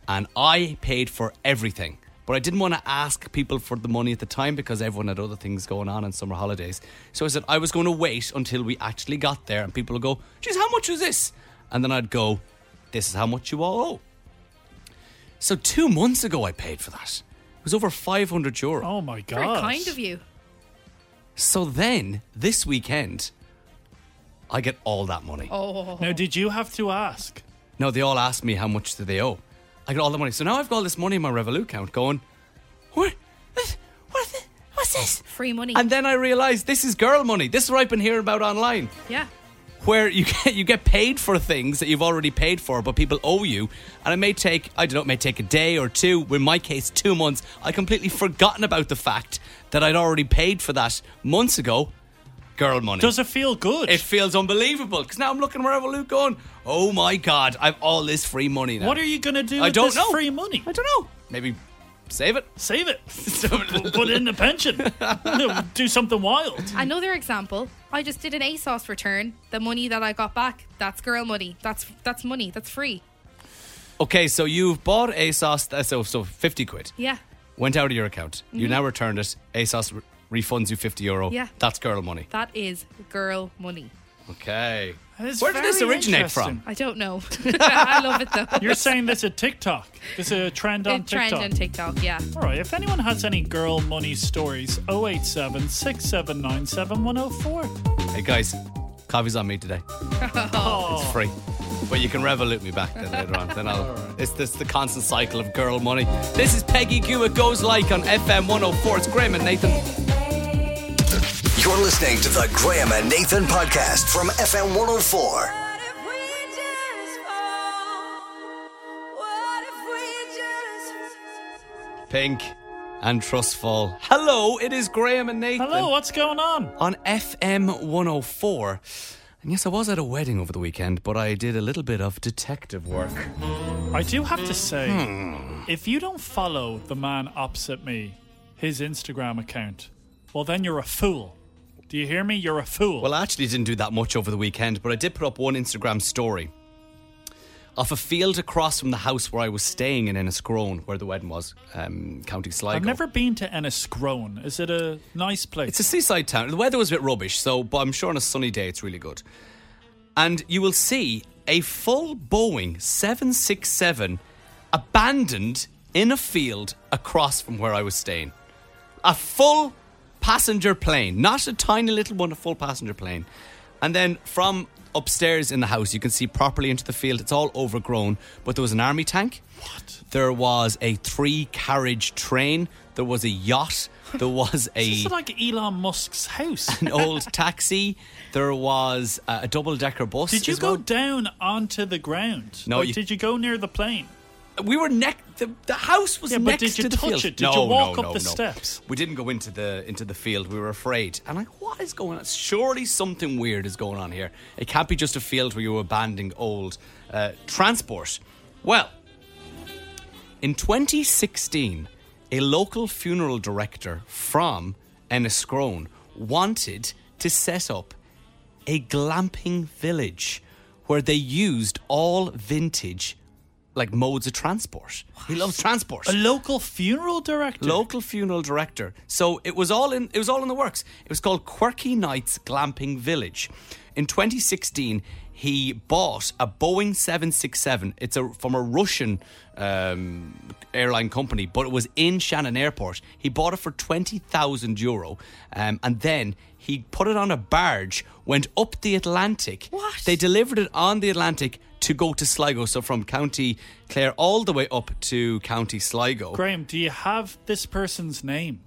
Speaker 1: and I paid for everything. But I didn't want to ask people for the money at the time because everyone had other things going on and summer holidays. So I said I was going to wait until we actually got there and people would go, geez, how much was this? And then I'd go, this is how much you all owe. So two months ago, I paid for that. It was over 500 euro.
Speaker 2: Oh my
Speaker 4: very
Speaker 2: god.
Speaker 4: kind of you.
Speaker 1: So then this weekend, I get all that money.
Speaker 4: Oh,
Speaker 2: Now, did you have to ask?
Speaker 1: No, they all asked me how much do they owe. I got all the money. So now I've got all this money in my Revolut account going, what? what the, what's this?
Speaker 4: free money.
Speaker 1: And then I realized this is girl money. This is what I've been hearing about online,
Speaker 4: yeah,
Speaker 1: where you get you get paid for things that you've already paid for, but people owe you. And it may take I don't know, it may take a day or two. In my case, two months. I completely forgotten about the fact that I'd already paid for that months ago. Girl money.
Speaker 2: Does it feel good?
Speaker 1: it feels unbelievable because now I'm looking wherever Luke going. Oh my god, I've all this free money now.
Speaker 2: what are you going to do
Speaker 1: I
Speaker 2: with
Speaker 1: don't
Speaker 2: this
Speaker 1: know.
Speaker 2: free money?
Speaker 1: I don't know. Maybe save it.
Speaker 2: Save it. P- Put it in the pension. do something wild.
Speaker 4: another example. I just did an ASOS return. The money that I got back, that's girl money. That's that's money. That's free.
Speaker 1: Okay, so you've bought ASOS, uh, so so fifty quid.
Speaker 4: Yeah,
Speaker 1: Went out of your account. You now returned it. ASOS re- refunds you fifty euro.
Speaker 4: Yeah.
Speaker 1: that's girl money.
Speaker 4: that is girl money.
Speaker 1: Okay.
Speaker 2: It's
Speaker 1: Where did this
Speaker 2: very
Speaker 1: originate from?
Speaker 2: interesting.
Speaker 4: I don't know. I love it though.
Speaker 2: You're saying this a TikTok. This is a trend on
Speaker 4: It trend
Speaker 2: TikTok.
Speaker 4: on TikTok. Yeah,
Speaker 2: All right, if anyone has any girl money stories, 087 679 7104.
Speaker 1: Hey guys, coffee's on me today. It's free, but you can revolute me back then later on. Then I'll. It's this the constant cycle of girl money. This is Peggy Goo. It goes like on FM 104. It's Graham and Nathan.
Speaker 5: You're listening to the Graham and Nathan Podcast from FM 104.
Speaker 1: Pink and Trustfall. Hello, it is Graham and Nathan.
Speaker 2: Hello, what's going on?
Speaker 1: on FM 104. And yes, I was at a wedding over the weekend, but I did a little bit of detective work.
Speaker 2: I do have to say,
Speaker 1: Hmm.
Speaker 2: if you don't follow the man opposite me, his Instagram account, well, then you're a fool. Do you hear me? You're a fool.
Speaker 1: Well, I actually didn't do that much over the weekend, but I did put up one Instagram story off a field across from the house where I was staying in Enniscrone, where the wedding was, um, County Sligo.
Speaker 2: I've never been to Enniscrone. Is it a nice place?
Speaker 1: It's a seaside town. The weather was a bit rubbish, so but I'm sure on a sunny day it's really good. And you will see a full Boeing 767 abandoned in a field across from where I was staying. A full passenger plane, not a tiny little one, a full passenger plane. And then from upstairs in the house, you can see properly into the field. It's all overgrown, but there was an army tank. What? There was a three carriage train. There was a yacht. There was a
Speaker 2: Is it like Elon Musk's house?
Speaker 1: an old taxi. There was uh, a double decker bus.
Speaker 2: Did you
Speaker 1: as
Speaker 2: go
Speaker 1: well.
Speaker 2: down onto the ground?
Speaker 1: No,
Speaker 2: Or
Speaker 1: you-
Speaker 2: did you go near the plane?
Speaker 1: We were neck. The, the house was
Speaker 2: yeah,
Speaker 1: next
Speaker 2: but did you
Speaker 1: to the
Speaker 2: touch
Speaker 1: field.
Speaker 2: it? Did
Speaker 1: No,
Speaker 2: you walk
Speaker 1: no,
Speaker 2: up
Speaker 1: no,
Speaker 2: the
Speaker 1: no.
Speaker 2: steps?
Speaker 1: We didn't go into the into the field. We were afraid. And like, what is going on? Surely something weird is going on here. It can't be just a field where you're abandoning old uh, transport. Well, in 2016, a local funeral director from Enniscrone wanted to set up a glamping village where they used all vintage like modes of transport. He loves transport.
Speaker 2: A local funeral director.
Speaker 1: Local funeral director. So it was all in it was all in the works. It was called Quirky Nights Glamping Village. In 2016, he bought a Boeing 767. It's a from a Russian um, airline company, but it was in Shannon Airport. He bought it for 20,000 euro, um, and then he put it on a barge, went up the Atlantic. What? They delivered it on the Atlantic to go to Sligo. So from County Clare all the way up to County Sligo.
Speaker 2: Graham, do you have this person's name?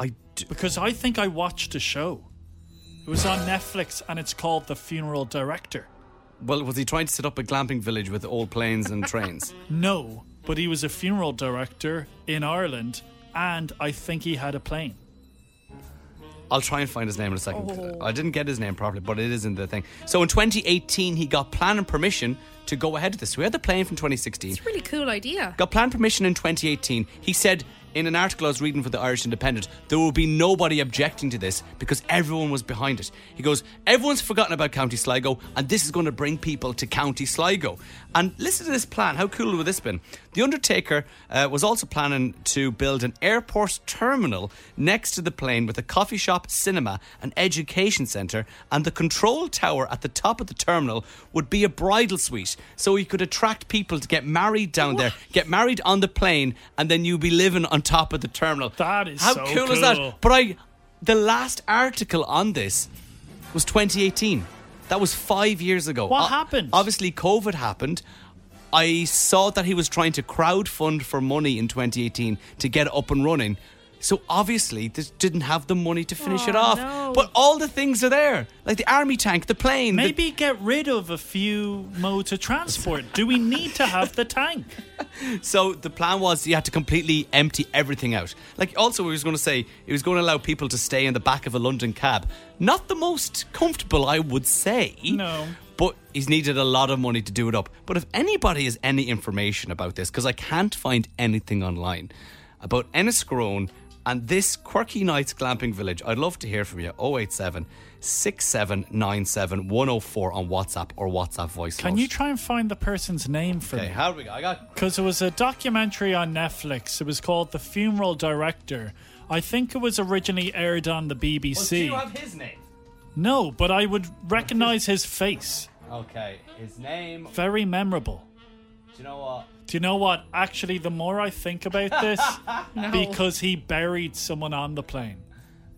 Speaker 1: I
Speaker 2: Because I think I watched a show. It was on Netflix and it's called The Funeral Director.
Speaker 1: Well, was he trying to set up a glamping village with old planes and trains?
Speaker 2: No, but he was a funeral director in Ireland and I think he had a plane.
Speaker 1: I'll try and find his name in a second. I didn't get his name properly, but it is in the thing. So in 2018, he got plan and permission to go ahead with this. We had the plan from 2016.
Speaker 4: Really cool idea.
Speaker 1: Got plan permission in 2018. He said in an article I was reading for the Irish Independent, there will be nobody objecting to this because everyone was behind it. He goes, Everyone's forgotten about County Sligo, and this is going to bring people to County Sligo. And listen to this plan. How cool would this been? The Undertaker uh, was also planning to build an airport terminal next to the plane with a coffee shop, cinema, an education centre, and the control tower at the top of the terminal would be a bridal suite so he could attract people to get married down there, get married on the plane, and then you'd be living on top of the terminal. That
Speaker 2: is
Speaker 1: How
Speaker 2: so
Speaker 1: cool, is
Speaker 2: cool.
Speaker 1: that? But I the last article on this was 2018. That was five years ago.
Speaker 2: What
Speaker 1: O-
Speaker 2: happened?
Speaker 1: Obviously, COVID happened. I saw that he was trying to crowdfund for money in 2018 to get it up and running. So obviously, this didn't have the money to finish it
Speaker 2: Oh,
Speaker 1: off.
Speaker 2: no.
Speaker 1: But all the things are there, like the army tank, the plane. the-
Speaker 2: Maybe get rid of a few modes of transport. Do we need to have the tank?
Speaker 1: So the plan was you had to completely empty everything out. Like also, he was going to say he was going to allow people to stay in the back of a London cab. Not the most comfortable, I would say.
Speaker 2: No.
Speaker 1: But he's needed a lot of money to do it up. But if anybody has any information about this, because I can't find anything online about Enniscrone and this quirky nights glamping village, I'd love to hear from you. 087 6797 104 on WhatsApp or WhatsApp voice.
Speaker 2: Can
Speaker 1: note.
Speaker 2: you try and find the person's name for
Speaker 1: Okay,
Speaker 2: me?
Speaker 1: how do we go? I got
Speaker 2: Because it was a documentary on Netflix. It was called The Funeral Director. I think it was originally aired on the BBC.
Speaker 1: Well, do you have his name?
Speaker 2: no, but I would recognize his face.
Speaker 1: Okay, his name.
Speaker 2: Very memorable.
Speaker 1: Do you know what?
Speaker 2: Do you know what? Actually, the more I think about this,
Speaker 1: No.
Speaker 2: because he buried someone on the plane.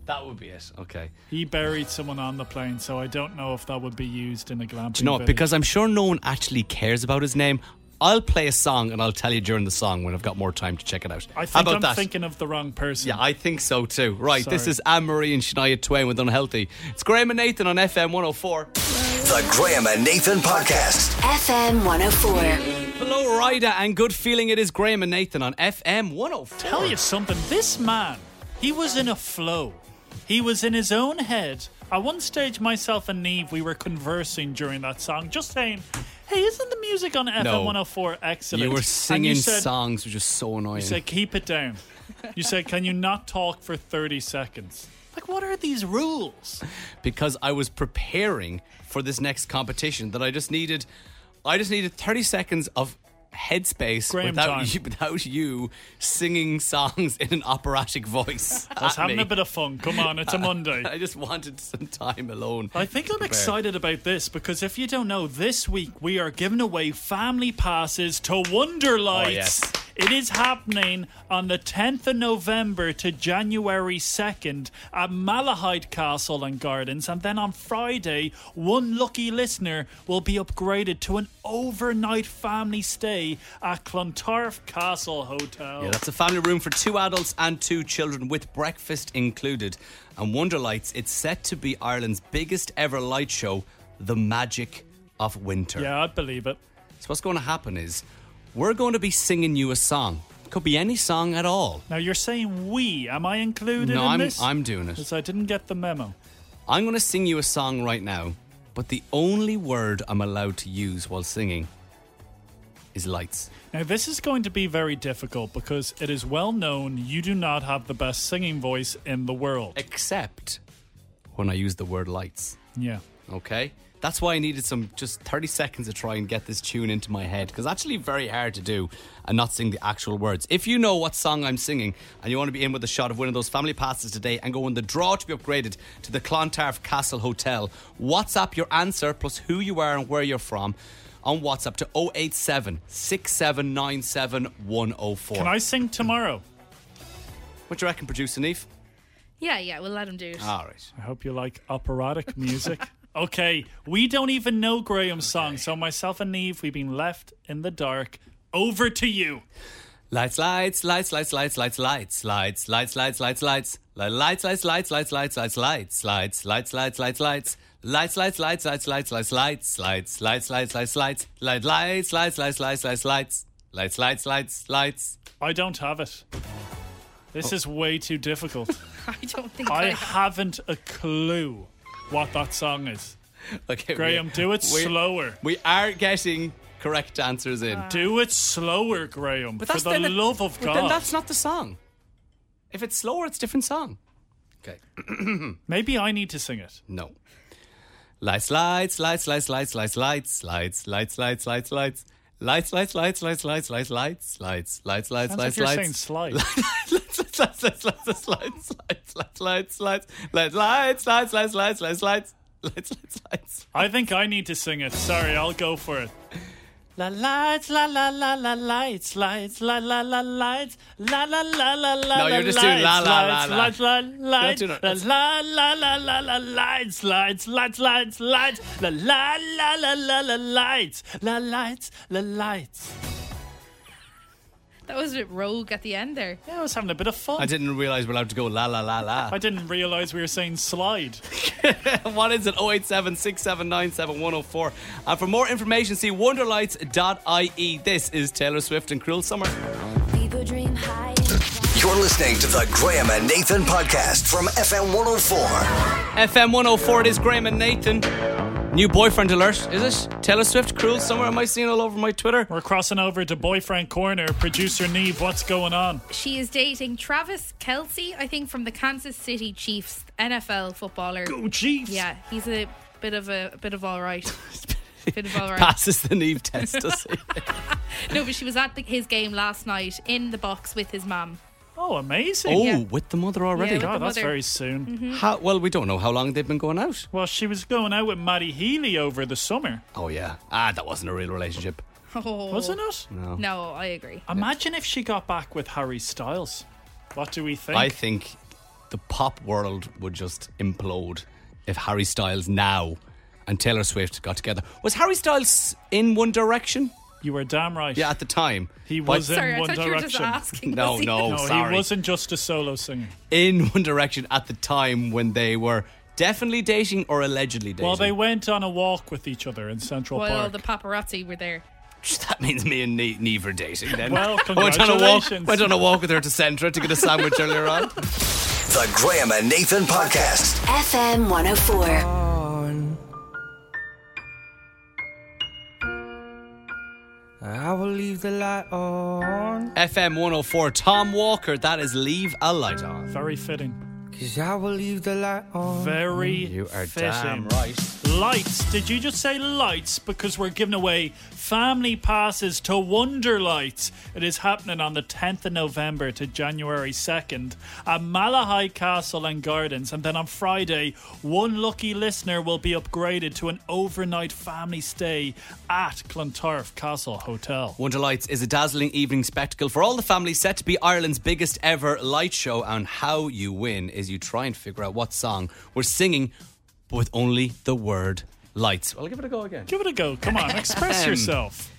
Speaker 1: That would be it. Okay.
Speaker 2: He buried someone on the plane, so I don't know if that would be used in a glamping.
Speaker 1: Do you know what?
Speaker 2: village.
Speaker 1: Because I'm sure no one actually cares about his name. I'll play a song and I'll tell you during the song when I've got more time to check it out.
Speaker 2: I
Speaker 1: How
Speaker 2: think
Speaker 1: about
Speaker 2: I'm
Speaker 1: that?
Speaker 2: thinking of the wrong person.
Speaker 1: yeah, I think so too. Right, this
Speaker 2: Sorry.
Speaker 1: is Anne Marie and Shania Twain with Unhealthy. It's Graham and Nathan on FM 104.
Speaker 5: The Graham and Nathan Podcast.
Speaker 6: FM 104.
Speaker 1: Hello, Ryder, and good feeling it is Graham and Nathan on FM 104.
Speaker 2: Tell you something, this man, he was in a flow. He was in his own head At one stage, myself and Neve, we were conversing during that song, just saying, hey, isn't the music on FM 104 excellent?
Speaker 1: You were
Speaker 2: And
Speaker 1: singing
Speaker 2: said-
Speaker 1: songs, which is so annoying.
Speaker 2: You said, keep it down. You said, can you not talk for 30 seconds? Like, what are these rules?
Speaker 1: because I was preparing for this next competition that I just needed. I just needed 30 seconds of headspace
Speaker 2: Graham time.
Speaker 1: without you, without you singing songs in an operatic voice.
Speaker 2: I was
Speaker 1: at
Speaker 2: having
Speaker 1: me.
Speaker 2: a bit of fun. Come on, it's a Monday.
Speaker 1: I just wanted some time alone.
Speaker 2: I think
Speaker 1: to
Speaker 2: I'm
Speaker 1: prepare.
Speaker 2: excited about this because if you don't know, this week we are giving away family passes to Wonderlights.
Speaker 1: Oh, yes.
Speaker 2: It is happening on the 10th of November to January 2nd at Malahide Castle and Gardens. And then on Friday, one lucky listener will be upgraded to an overnight family stay at Clontarf Castle Hotel.
Speaker 1: Yeah, that's a family room for two adults and two children with breakfast included. And Wonderlights, it's set to be Ireland's biggest ever light show, The Magic of Winter.
Speaker 2: yeah, I believe it.
Speaker 1: So what's going to happen is we're going to be singing you a song. Could be any song at all.
Speaker 2: Now you're saying we. Am I included
Speaker 1: No,
Speaker 2: in
Speaker 1: I'm
Speaker 2: this?
Speaker 1: I'm doing it.
Speaker 2: Because I didn't get the memo.
Speaker 1: I'm going to sing you a song right now, but the only word I'm allowed to use while singing is lights.
Speaker 2: Now, this is going to be very difficult because it is well known you do not have the best singing voice in the world.
Speaker 1: Except when I use the word lights.
Speaker 2: Yeah.
Speaker 1: Okay? That's why I needed some just 30 seconds to try and get this tune into my head because it's actually very hard to do and not sing the actual words. If you know what song I'm singing and you want to be in with a shot of winning those family passes today and go in the draw to be upgraded to the Clontarf Castle Hotel, WhatsApp your answer plus who you are and where you're from on WhatsApp to 087 6797 104.
Speaker 2: Can I sing tomorrow?
Speaker 1: What do you reckon, producer Neve?
Speaker 4: Yeah, yeah, we'll let him do it.
Speaker 2: Oh,
Speaker 1: All right.
Speaker 2: I hope you like operatic music. okay, we don't even know Graham's song, so myself and Neve, we've been left in the dark. Over to you.
Speaker 1: Lights, lights, lights, lights, lights, lights, lights, lights, lights, lights, lights, lights, Li- lights, lights, lights, lights, lights, lights, lights, lights, lights, lights, lights, lights, lights, lights, lights, lights, lights, lights, lights, lights, lights, lights, lights, lights, light, lights, lights, lights, lights, lights, lights, lights, lights, lights, lights.
Speaker 2: I don't have it.
Speaker 1: Oh.
Speaker 2: This is way too difficult.
Speaker 4: I don't think
Speaker 2: I
Speaker 4: I.
Speaker 2: haven't a clue what that song is.
Speaker 1: Okay, we-
Speaker 2: Graham, do it
Speaker 1: we-
Speaker 2: slower.
Speaker 1: We are getting correct answers in.
Speaker 2: Do it slower, Graham. For the
Speaker 1: then-
Speaker 2: love of
Speaker 1: but Then
Speaker 2: God.
Speaker 1: that's not the song. If it's slower, it's a different song. Okay.
Speaker 2: Maybe I need to sing it.
Speaker 1: No. Lights, lights, lights, lights, lights, lights, lights, lights, lights, lights, lights, lights. Lights, lights, lights, lights, lights, lights, lights, lights, lights, lights,
Speaker 2: Sounds like
Speaker 1: lights,
Speaker 2: you're
Speaker 1: lights.
Speaker 2: saying slide.
Speaker 1: Lights, lights, lights, lights, lights, lights, lights, lights, lights, lights, lights, lights, lights, lights, lights, lights, lights, lights, lights, lights.
Speaker 2: I think I need to sing it. Sorry, I'll go for it.
Speaker 1: La lights, la la la la lights, lights, la la la lights, la la la la la. No, you're just doing la la la la.
Speaker 2: lights, lights, lights,
Speaker 1: Don't do
Speaker 2: lights, la la la la la lights, lights, lights, lights, lights, la la la la la la lights, la lights, la lights.
Speaker 4: That was a bit rogue at the end there.
Speaker 2: Yeah, I was having a bit of fun.
Speaker 1: I didn't realize we're allowed to go la la la la.
Speaker 2: I didn't realize we were saying slide.
Speaker 1: What is oh it? 087 679 7104. And oh Uh, for more information, see wonderlights.ie. E. This is Taylor Swift and Cruel Summer.
Speaker 6: People dream high.
Speaker 5: You're listening to the Graham and Nathan podcast from FM 104.
Speaker 1: FM 104, it is Graham and Nathan. New boyfriend alert, is it? Taylor Swift, Cruel Summer. Am I seeing all over my Twitter?
Speaker 2: We're crossing over to boyfriend corner. Producer Neve, what's going on?
Speaker 4: She is dating Travis Kelsey, I think, from the Kansas City Chiefs, NFL footballer.
Speaker 2: Oh, Chiefs.
Speaker 4: Yeah, he's a bit of a, a bit of all right. bit of all right.
Speaker 1: Passes the Neve test, does he?
Speaker 4: No, but she was at the, his game last night in the box with his mum.
Speaker 2: Oh, amazing.
Speaker 1: oh,
Speaker 4: Yeah.
Speaker 1: with the mother already.
Speaker 4: Yeah, with
Speaker 2: God, that's
Speaker 4: mother. Mm-hmm.
Speaker 2: very soon.
Speaker 1: How, well, we don't know how long they've been going out.
Speaker 2: Well, she was going out with Maddie Healy over the summer,
Speaker 1: Oh, yeah. Ah, that wasn't a real relationship.
Speaker 4: Oh.
Speaker 2: wasn't it?
Speaker 4: No, I agree.
Speaker 2: Imagine if she got back with Harry Styles. What do we think?
Speaker 1: I think the pop world would just implode if Harry Styles now and Taylor Swift got together. Was Harry Styles in One Direction?
Speaker 2: you were damn right.
Speaker 1: Yeah, at the time.
Speaker 2: He
Speaker 1: But-
Speaker 2: was in
Speaker 4: Sorry, I
Speaker 2: One
Speaker 4: thought you were just
Speaker 2: Direction.
Speaker 4: asking.
Speaker 1: No,
Speaker 4: was he?
Speaker 1: no.
Speaker 2: no,
Speaker 1: sorry.
Speaker 2: he wasn't just a solo singer.
Speaker 1: in One Direction at the time when they were definitely dating or allegedly dating.
Speaker 2: Well, they went on a walk with each other in Central
Speaker 4: While all
Speaker 2: Park.
Speaker 4: the paparazzi were there.
Speaker 1: that means me and Ne- Neve are dating then.
Speaker 2: Well,
Speaker 1: I went on a walk.
Speaker 2: congratulations.
Speaker 1: Went on a walk with her to Centra to get a sandwich earlier on.
Speaker 5: The Graham and Nathan Podcast.
Speaker 11: FM 104.
Speaker 12: I will leave the light on.
Speaker 1: FM 104, Tom Walker, that is Leave a Light On.
Speaker 2: Very fitting.
Speaker 12: Cause I will leave the light on.
Speaker 2: Very
Speaker 1: You are
Speaker 2: fitting.
Speaker 1: damn right.
Speaker 2: Lights. Did you just say lights? Because we're giving away family passes to Wonder Lights. It is happening on the 10th of November to January 2nd at Malahide Castle and Gardens. And then on Friday, one lucky listener will be upgraded to an overnight family stay at Clontarf Castle Hotel.
Speaker 1: Wonder Lights is a dazzling evening spectacle for all the families set to be Ireland's biggest ever light show. And how you win is you try and figure out what song we're singing, but with only the word lights. Well, I'll give it a go again.
Speaker 2: Give it a go. Come on, express
Speaker 1: Ahem.
Speaker 2: yourself.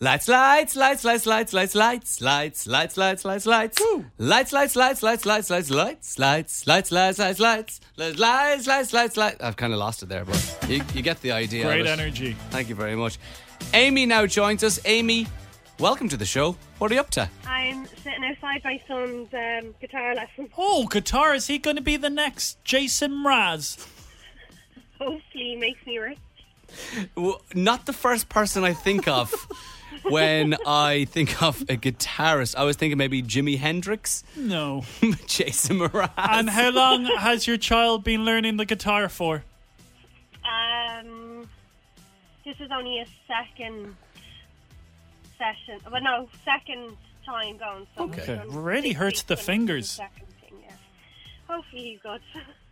Speaker 1: Lights, lights, lights, lights, lights, lights, lights, lights, lights, lights, lights, lights. Lights, lights, lights, lights, lights, lights, lights, lights, lights, lights, lights, lights, lights, lights, lights, lights, lights. I've kind of lost it there, but you, you get the idea. of it.
Speaker 2: Great energy.
Speaker 1: Thank you very much. Amy now joins us. Amy, welcome to the show. What are you up to?
Speaker 13: I'm sitting outside my son's um, guitar lesson.
Speaker 2: Oh, guitar, is he going to be the next Jason Mraz?
Speaker 13: Hopefully, he makes me rich.
Speaker 1: W- Not the first person I think of when I think of a guitarist. I was thinking maybe Jimi Hendrix,
Speaker 2: No.
Speaker 1: Jason Mraz.
Speaker 2: And how long has your child been learning the guitar for?
Speaker 13: Um, this is only a second session. Well, no, second time going. So
Speaker 2: Okay. Really hurts the fingers.
Speaker 13: Hopefully, he's good.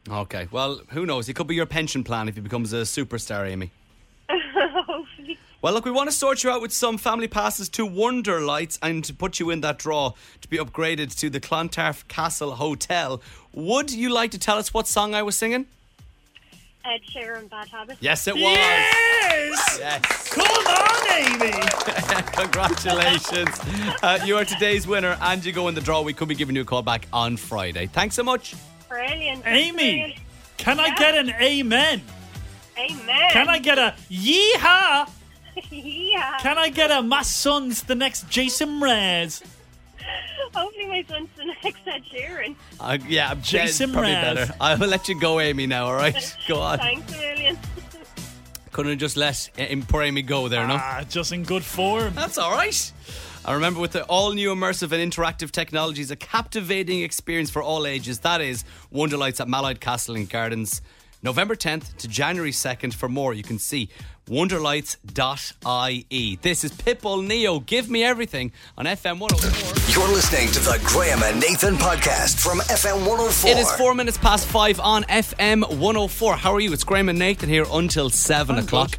Speaker 1: Okay, well, who knows? It could be your pension plan if he becomes a superstar, Amy.
Speaker 13: Hopefully.
Speaker 1: Well, look, we want to sort you out with some family passes to Wonder Lights and to put you in that draw to be upgraded to the Clontarf Castle Hotel. Would you like to tell us what song I was singing?
Speaker 13: Ed Sheeran, Bad Habits.
Speaker 1: Yes, it was.
Speaker 2: Yes!
Speaker 1: Yes.
Speaker 2: Come on, Amy!
Speaker 1: Congratulations. uh, you are today's winner and you go in the draw. We could be giving you a call back on Friday. Thanks so much.
Speaker 13: Brilliant.
Speaker 2: Amy, can I get an amen?
Speaker 13: Brilliant. Amen.
Speaker 2: Can I get a yeehaw?
Speaker 13: yeah.
Speaker 2: Can I get a my son's the next Jason Mraz?
Speaker 13: Hopefully, my son's the next Ed Sheeran.
Speaker 1: Uh, yeah, I'm
Speaker 2: Jason
Speaker 1: probably
Speaker 2: Mraz.
Speaker 1: better. I will let you go, Amy, now, all right? Go on.
Speaker 13: Thanks, William.
Speaker 1: Couldn't have just let uh, poor Amy go there, no?
Speaker 2: Ah, just in good form.
Speaker 1: That's all right. I remember with the all new immersive and interactive technologies, a captivating experience for all ages. That is Wonderlights at Malide Castle and Gardens, November 10th to January 2nd. For more, you can see wonderlights.ie. E. This is Pitbull Neo, Give Me Everything on FM 104.
Speaker 5: You're listening to the Graham and Nathan Podcast from FM 104.
Speaker 1: It is four minutes past five on FM 104. How are you? It's Graham and Nathan here until 7 o'clock.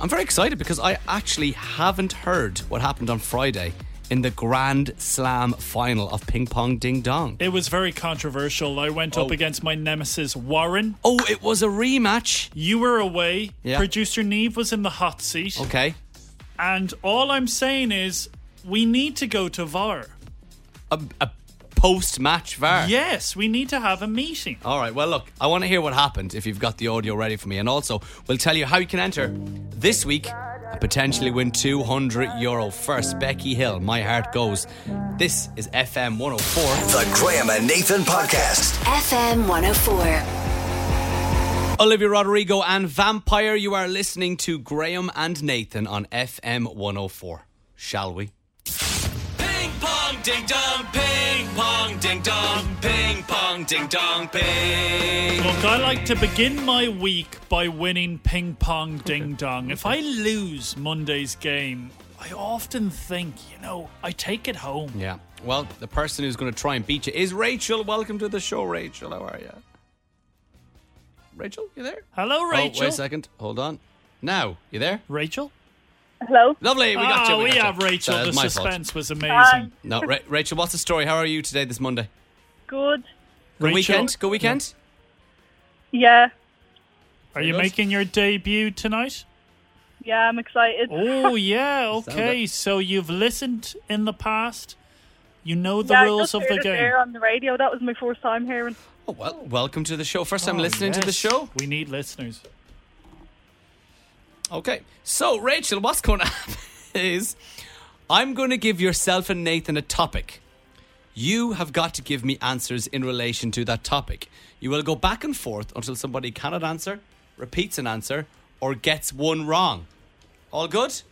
Speaker 1: I'm very excited because I actually haven't heard what happened on Friday in the Grand Slam final of Ping Pong Ding Dong.
Speaker 2: It was very controversial. I went up against my nemesis Warren.
Speaker 1: Oh, it was a rematch.
Speaker 2: You were away.
Speaker 1: Yeah.
Speaker 2: Producer Neve was in the hot seat.
Speaker 1: Okay.
Speaker 2: And all I'm saying is we need to go to VAR.
Speaker 1: A, a post match VAR.
Speaker 2: Yes, we need to have a meeting.
Speaker 1: All right, well, look, I want to hear what happened if you've got the audio ready for me. And also, we'll tell you how you can enter this week and potentially win 200 euro. First, Becky Hill, My Heart Goes. This is FM 104.
Speaker 5: The Graham and Nathan Podcast.
Speaker 11: FM 104.
Speaker 1: Olivia Rodrigo and Vampire, you are listening to Graham and Nathan on FM 104. Shall we? Ping pong ding dong, ping pong ding dong, ping pong ding dong, ping.
Speaker 2: Look, I like to begin my week by winning ping pong ding dong. If I lose Monday's game, I often think, you know, I take it home.
Speaker 1: Yeah. Well, the person who's going to try and beat you is Rachel. Welcome to the show, Rachel. How are you? Rachel, you there?
Speaker 2: Hello,
Speaker 1: Oh, wait
Speaker 2: Rachel.
Speaker 1: a second. Hold on. Now, you there?
Speaker 2: Rachel?
Speaker 13: Hello.
Speaker 1: Lovely. We got
Speaker 2: ah,
Speaker 1: you.
Speaker 2: we,
Speaker 1: got you.
Speaker 2: have Rachel.
Speaker 1: That
Speaker 2: the
Speaker 1: was my fault.
Speaker 2: suspense was amazing.
Speaker 13: Hi.
Speaker 1: No, Ra- Rachel, what's the story? How are you today, this Monday?
Speaker 13: Good.
Speaker 1: Good
Speaker 2: Rachel-
Speaker 1: weekend? Good weekend?
Speaker 13: Yeah.
Speaker 2: Are you making your debut tonight?
Speaker 13: Yeah, I'm excited.
Speaker 2: Oh, yeah. Okay.
Speaker 13: Sounded-
Speaker 2: So you've listened in the past. You know the
Speaker 13: yeah, I
Speaker 2: rules
Speaker 13: just
Speaker 2: of
Speaker 13: heard
Speaker 2: the
Speaker 13: it
Speaker 2: game.
Speaker 13: there on the radio. That was my first time hearing.
Speaker 1: Oh, well, welcome to the show. First time
Speaker 2: Oh,
Speaker 1: listening to the
Speaker 2: yes.
Speaker 1: show.
Speaker 2: We need listeners.
Speaker 1: Okay. So, Rachel, what's going to happen is I'm going to give yourself and Nathan a topic. You have got to give me answers in relation to that topic. You will go back and forth until somebody cannot answer, repeats an answer, or gets one wrong. All good?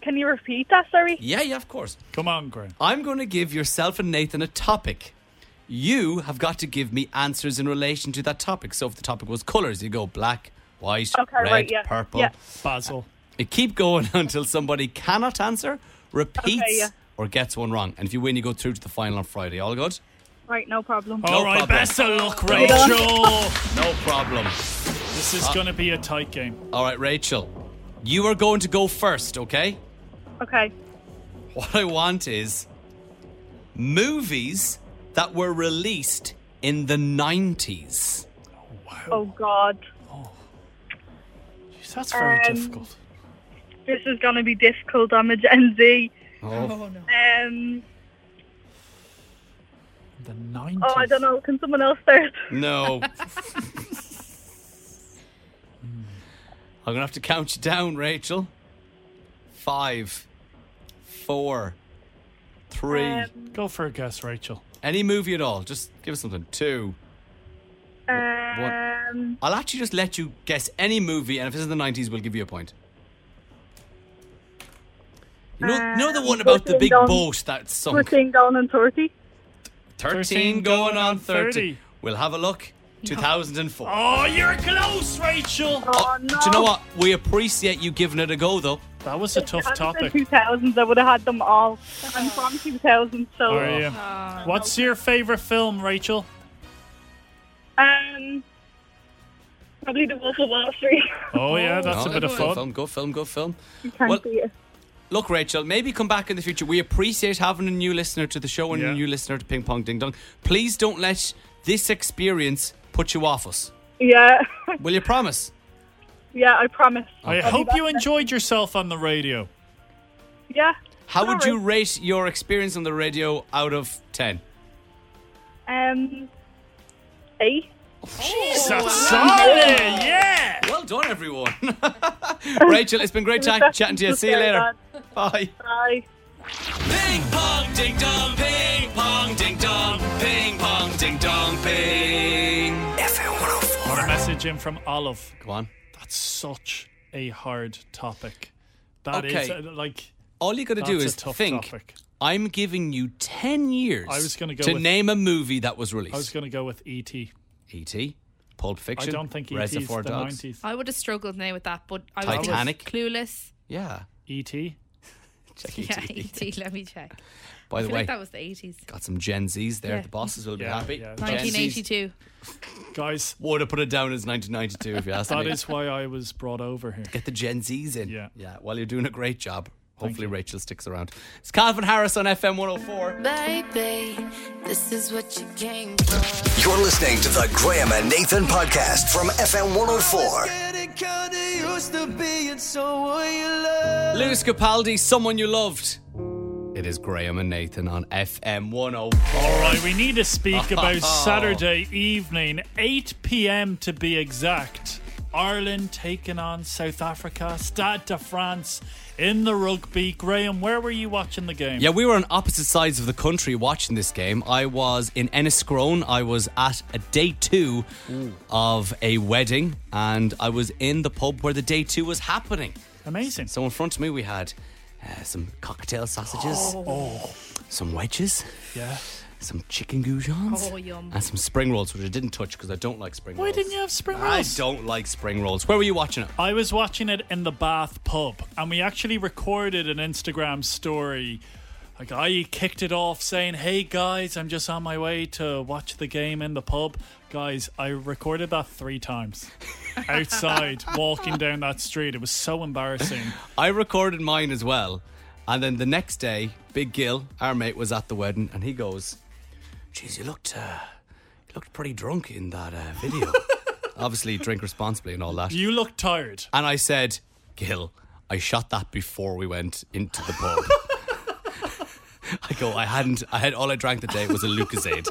Speaker 14: Can you repeat that? Sorry.
Speaker 1: Yeah, yeah, of course.
Speaker 2: Come on, Graham.
Speaker 1: I'm going to give yourself and Nathan a topic. You have got to give me answers in relation to that topic. So if the topic was colours, you go black, white,
Speaker 14: Okay,
Speaker 1: red,
Speaker 14: right, yeah,
Speaker 1: purple,
Speaker 14: yeah.
Speaker 2: basil.
Speaker 1: You keep going until somebody cannot answer, repeats,
Speaker 14: yeah.
Speaker 1: or gets one wrong. And if you win, you go through to the final on Friday. All good?
Speaker 14: Right, no problem.
Speaker 2: All right, best of luck,
Speaker 1: Right
Speaker 2: Rachel.
Speaker 1: on. No problem.
Speaker 2: This is
Speaker 1: Uh,
Speaker 2: going to be a tight game.
Speaker 1: All right, Rachel. You are going to go first, okay?
Speaker 14: Okay.
Speaker 1: What I want is movies that were released in the 90s.
Speaker 14: Oh God.
Speaker 2: that's
Speaker 1: very
Speaker 14: difficult. This is going to be difficult. I'm a Gen Z.
Speaker 1: Oh.
Speaker 14: Um.
Speaker 2: The nine.
Speaker 14: Oh, I don't know. Can someone else start?
Speaker 1: No. I'm going to have to count you down, Rachel. Five, four, three.
Speaker 2: Go for a guess, Rachel.
Speaker 1: Any movie at all, just give us something. Two.
Speaker 14: Um.
Speaker 1: I'll actually just let you guess any movie, and if it's in the 90s, we'll give you a point. You know, you know the
Speaker 14: Um,
Speaker 1: one about the big
Speaker 14: Pushing Dawn-
Speaker 1: boat that sunk?
Speaker 14: Pushing down on thirty.
Speaker 1: 13,
Speaker 2: 13
Speaker 1: going on 30.
Speaker 2: 30.
Speaker 1: We'll have a look. 2004.
Speaker 2: Oh, you're close, Rachel.
Speaker 14: Oh no.
Speaker 1: Do you know what? We appreciate you giving it a go, though.
Speaker 2: That was a
Speaker 14: If
Speaker 2: tough
Speaker 14: I'd have said
Speaker 2: topic.
Speaker 14: 2000s, I would have had them all. I'm from 2000, so.
Speaker 2: Are you? What's your favorite film, Rachel?
Speaker 14: Um, probably the Wolf of Wall Street.
Speaker 2: Oh yeah, that's
Speaker 1: No,
Speaker 2: a bit of
Speaker 1: Good
Speaker 2: fun.
Speaker 1: film, good film, good film.
Speaker 14: You can't
Speaker 1: Well-
Speaker 14: beat it.
Speaker 1: Look, Rachel, maybe come back in the future. We appreciate having a new listener to the show and a new listener to Ping Pong Ding Dong. Please don't let this experience put you off us.
Speaker 14: Yeah,
Speaker 1: Will you promise?
Speaker 14: yeah, I promise.
Speaker 2: I
Speaker 14: I'll be
Speaker 2: hope
Speaker 14: back
Speaker 2: you
Speaker 14: then.
Speaker 2: enjoyed yourself on the radio.
Speaker 14: Yeah.
Speaker 1: How would you
Speaker 14: Alright.
Speaker 1: rate your experience on the radio out of 10?
Speaker 14: Um, eight.
Speaker 2: Jesus, solid, yeah.
Speaker 1: Well done, everyone. Rachel, it's been great chat- chatting to you. See you later. Bye.
Speaker 14: Bye.
Speaker 1: Ping pong ding dong, ping pong ding dong, ping pong ding dong, ping.
Speaker 5: FM
Speaker 2: Got a
Speaker 5: 104.
Speaker 2: message in from Olive.
Speaker 1: Go on.
Speaker 2: That's such a hard topic. That is
Speaker 1: Okay.
Speaker 2: uh, like
Speaker 1: All you got to do
Speaker 2: That's a
Speaker 1: is
Speaker 2: tough
Speaker 1: think.
Speaker 2: topic.
Speaker 1: I'm giving you 10 years
Speaker 2: I was gonna go
Speaker 1: to
Speaker 2: with-
Speaker 1: name a movie that was
Speaker 2: I was
Speaker 1: released.
Speaker 2: going to go with E.T.
Speaker 1: E.T., Pulp Fiction,
Speaker 2: I don't think E.T. is the
Speaker 1: Reservoir Dogs.
Speaker 2: 90s.
Speaker 4: I would have struggled now with that, but I was
Speaker 1: Titanic?
Speaker 4: thinking clueless.
Speaker 1: Yeah.
Speaker 2: E.T.
Speaker 1: Check
Speaker 4: Yeah,
Speaker 1: E.T.
Speaker 4: ET. Let me check.
Speaker 1: By
Speaker 4: I
Speaker 1: the
Speaker 4: feel
Speaker 1: way,
Speaker 4: like that was the eighties.
Speaker 1: got some Gen Zs there.
Speaker 4: Yeah.
Speaker 1: The bosses will be
Speaker 2: Yeah,
Speaker 1: happy.
Speaker 2: yeah.
Speaker 1: Gen Zs.
Speaker 4: 1982.
Speaker 2: Guys,
Speaker 1: Would have put it down as 1992 if you asked
Speaker 2: that
Speaker 1: me.
Speaker 2: is why I was brought over here.
Speaker 1: Get the Gen Zs in.
Speaker 2: Yeah.
Speaker 1: Yeah. Well, you're doing a great job. Hopefully, Rachel sticks around. It's Calvin Harris on FM 104.
Speaker 11: Baby, this is what you came for.
Speaker 5: You're listening to the Graham and Nathan podcast from FM 104.
Speaker 1: Lewis Capaldi, someone you loved. It is Graham and Nathan on FM 104.
Speaker 2: All right, we need to speak about Saturday evening, 8 p.m. to be exact. Ireland taking on South Africa, Stade de France in the rugby. Graham, where were you watching the game?
Speaker 1: Yeah, we were on opposite sides of the country watching this game. I was in Enniscrone. I was at a day two of a wedding, and I was in the pub where the day two was happening.
Speaker 2: Amazing.
Speaker 1: So in front of me, we had uh, some cocktail sausages, Oh. some wedges,
Speaker 2: Yeah.
Speaker 1: some chicken goujons,
Speaker 4: Oh, yum.
Speaker 1: and some spring rolls, which I didn't touch because I don't like spring
Speaker 2: Why
Speaker 1: rolls.
Speaker 2: didn't you have spring
Speaker 1: I
Speaker 2: rolls?
Speaker 1: don't like spring rolls. Where were you watching it?
Speaker 2: I was watching it in the Bath pub, and we actually recorded an Instagram story. Like I kicked it off saying, "Hey guys, I'm just on my way to watch the game in the pub." Guys, I recorded that three times outside, walking down that street. It was so embarrassing.
Speaker 1: I recorded mine as well. And then the next day, Big Gil, our mate, was at the wedding and he goes, Jeez, you looked, uh, you looked pretty drunk in that uh, video. Obviously, drink responsibly and all that.
Speaker 2: You look tired.
Speaker 1: And I said, Gil, I shot that before we went into the pub. I go, I hadn't, I had all I drank the day was a Lucasade.